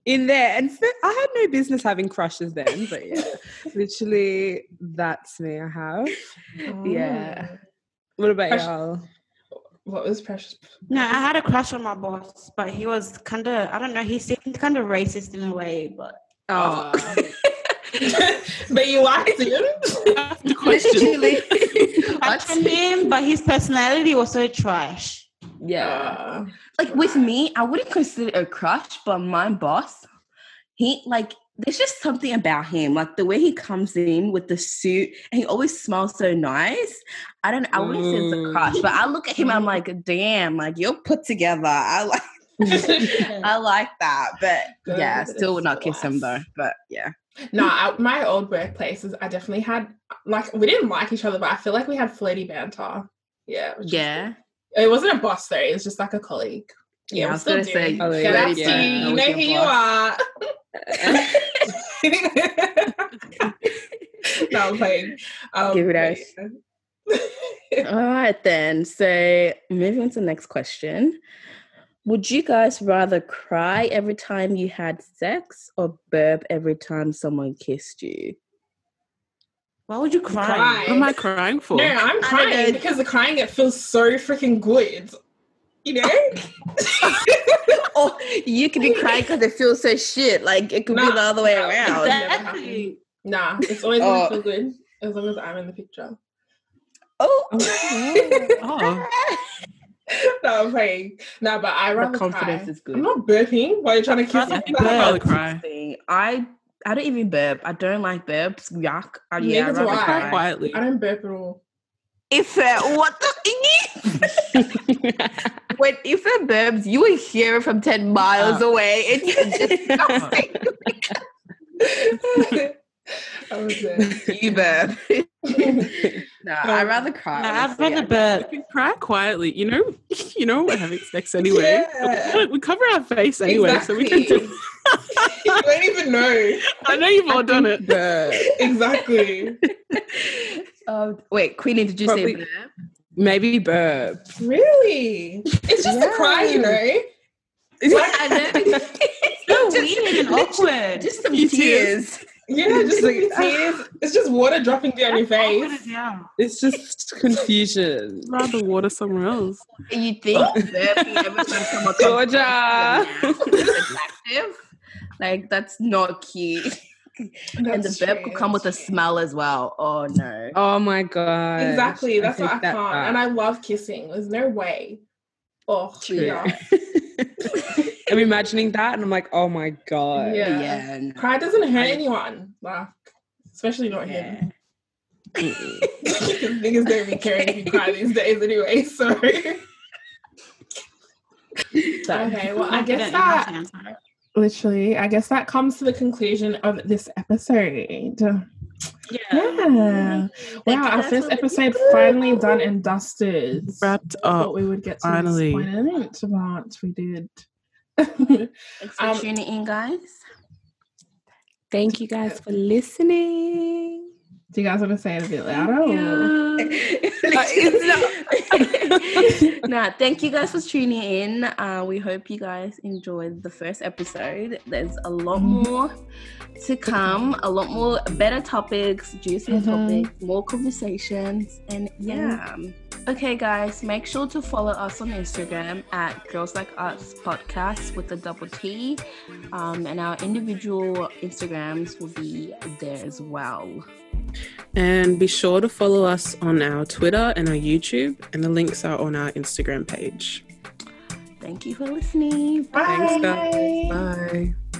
[SPEAKER 3] in there. And fi- I had no business having crushes then, but yeah, literally, that's me. I have.
[SPEAKER 1] "Oh."
[SPEAKER 3] Yeah. What about
[SPEAKER 1] Crush-
[SPEAKER 3] y'all?
[SPEAKER 1] What was precious?
[SPEAKER 4] No, I had a crush on my boss, but he was kind of, I don't know, he seemed kind of racist in a way, but
[SPEAKER 7] Oh,
[SPEAKER 1] but you liked him.
[SPEAKER 5] The question.
[SPEAKER 4] I
[SPEAKER 7] What?
[SPEAKER 4] turned him, but his personality was so trash.
[SPEAKER 7] yeah.
[SPEAKER 1] Uh,
[SPEAKER 7] Like with me, I wouldn't consider it a crush, but my boss, he like there's just something about him, like the way he comes in with the suit, and he always smells so nice. I don't, I wouldn't say it's a
[SPEAKER 3] Ooh.
[SPEAKER 7] crush, but I look at him, I'm like, damn, like you're put together. I like,
[SPEAKER 1] Ah.
[SPEAKER 7] I like that, but
[SPEAKER 1] Good.
[SPEAKER 7] yeah, still would not kiss him though. But yeah,
[SPEAKER 1] no, I, my old workplaces, I definitely had like we didn't like each other, but I feel like we had flirty banter. Yeah, which is
[SPEAKER 7] yeah,
[SPEAKER 1] It wasn't a boss though. It was just like a colleague.
[SPEAKER 7] Yeah, I
[SPEAKER 1] we
[SPEAKER 7] was
[SPEAKER 1] still
[SPEAKER 7] gonna
[SPEAKER 1] do.
[SPEAKER 7] say
[SPEAKER 3] colleague,
[SPEAKER 1] Shout out
[SPEAKER 3] yeah,
[SPEAKER 1] to you. You
[SPEAKER 7] with
[SPEAKER 1] know
[SPEAKER 7] your
[SPEAKER 1] who you are. no, I'm playing. Um,
[SPEAKER 7] Give it
[SPEAKER 1] but
[SPEAKER 7] out. All right, then. So, moving on to the next question. Would you guys rather cry every time you had sex or burp every time someone kissed you?
[SPEAKER 4] Why would you cry?
[SPEAKER 1] Cry.
[SPEAKER 5] What am I crying for?
[SPEAKER 1] No, I'm crying because the crying it feels so freaking good. You know?
[SPEAKER 7] Or you could be crying because it feels so shit. Like, it could
[SPEAKER 1] Nah,
[SPEAKER 7] be the other way
[SPEAKER 1] nah,
[SPEAKER 7] around.
[SPEAKER 1] it never happened. Nah, it's always gonna
[SPEAKER 7] Oh.
[SPEAKER 1] feel good as long as I'm in the picture.
[SPEAKER 7] Oh.
[SPEAKER 5] Oh,
[SPEAKER 1] no, I'm playing. No, but I rather
[SPEAKER 7] the confidence
[SPEAKER 1] cry.
[SPEAKER 7] is good.
[SPEAKER 1] I'm not burping while you're trying to kiss
[SPEAKER 4] Rather
[SPEAKER 1] me.
[SPEAKER 5] I'd rather cry.
[SPEAKER 7] Thing. I I don't even burp. I don't like burps. Yuck. I, yeah,
[SPEAKER 1] Neither
[SPEAKER 7] I'd
[SPEAKER 1] do
[SPEAKER 7] rather
[SPEAKER 1] I.
[SPEAKER 5] Cry
[SPEAKER 7] cry.
[SPEAKER 5] quietly.
[SPEAKER 1] I don't burp at all.
[SPEAKER 6] If uh, what the
[SPEAKER 7] When if it burps, you will hear it from 10 miles away. It's disgusting.
[SPEAKER 1] I was there.
[SPEAKER 7] you burp. no, I'd
[SPEAKER 1] Um,
[SPEAKER 7] rather cry.
[SPEAKER 4] No, I've
[SPEAKER 7] honestly.
[SPEAKER 4] read a bit.
[SPEAKER 5] We cry quietly. You know, you know we're having sex anyway.
[SPEAKER 1] Yeah.
[SPEAKER 5] We cover our face anyway, so we can do.
[SPEAKER 1] you don't even know.
[SPEAKER 5] I know you've all done it.
[SPEAKER 1] Exactly.
[SPEAKER 7] Um, wait, Queenie, did you
[SPEAKER 3] Probably-
[SPEAKER 7] say burp?
[SPEAKER 3] Maybe burp.
[SPEAKER 1] Really? It's just a cry, you know?
[SPEAKER 7] I know.
[SPEAKER 4] So weird and awkward.
[SPEAKER 7] Just some
[SPEAKER 5] You too.
[SPEAKER 7] tears.
[SPEAKER 1] Yeah, just like tears. It's just water dropping down your face.
[SPEAKER 4] Awkward as hell.
[SPEAKER 3] It's just confusion.
[SPEAKER 5] I'd rather water somewhere else.
[SPEAKER 7] And you think burping every time someone comes
[SPEAKER 3] Georgia.
[SPEAKER 7] across your mouth is attractive? Like that's not cute. and the burp could come with a smell as well. Oh no.
[SPEAKER 3] Oh my god.
[SPEAKER 1] Exactly. That's why I
[SPEAKER 3] take
[SPEAKER 1] can't.
[SPEAKER 3] that back.
[SPEAKER 1] And I love kissing. There's no way. Oh,
[SPEAKER 3] True.
[SPEAKER 1] yeah.
[SPEAKER 3] I'm imagining that and I'm like, oh my god.
[SPEAKER 1] Yeah.
[SPEAKER 7] Yeah, no.
[SPEAKER 1] Cry doesn't hurt anyone. Like, especially not him.
[SPEAKER 5] Mm-mm.
[SPEAKER 1] Niggas don't be caring if you cry these days anyway. So. okay. Well, I guess that literally, I guess that comes to the conclusion of this episode.
[SPEAKER 4] Yeah.
[SPEAKER 1] Yeah.
[SPEAKER 7] Thank you
[SPEAKER 1] Wow, our
[SPEAKER 7] guys
[SPEAKER 1] first
[SPEAKER 7] for
[SPEAKER 1] episode finally done and dusted.
[SPEAKER 5] Wrapped
[SPEAKER 1] Thought
[SPEAKER 5] up.
[SPEAKER 1] we would get to
[SPEAKER 5] Uh, finally.
[SPEAKER 1] this point, but we did.
[SPEAKER 7] Thanks for
[SPEAKER 1] Um,
[SPEAKER 7] tuning in, guys.
[SPEAKER 3] Thank you guys for listening.
[SPEAKER 1] Do you guys want to say it a bit louder? or-
[SPEAKER 7] Uh, nah, thank you guys for tuning in. Uh, we hope you guys enjoyed the first episode. There's a lot more to come, a lot more better topics, juicier
[SPEAKER 1] Mhm.
[SPEAKER 7] topics, more conversations, and yeah. Okay, guys, make sure to follow us on Instagram at Girls Like Us Podcast with a double T, um, and our individual Instagrams will be there as well.
[SPEAKER 5] And be sure to follow us on our Twitter and our YouTube, and the links are on our Instagram page.
[SPEAKER 7] Thank you for listening.
[SPEAKER 5] Thanks, guys.
[SPEAKER 1] Bye.
[SPEAKER 5] Bye.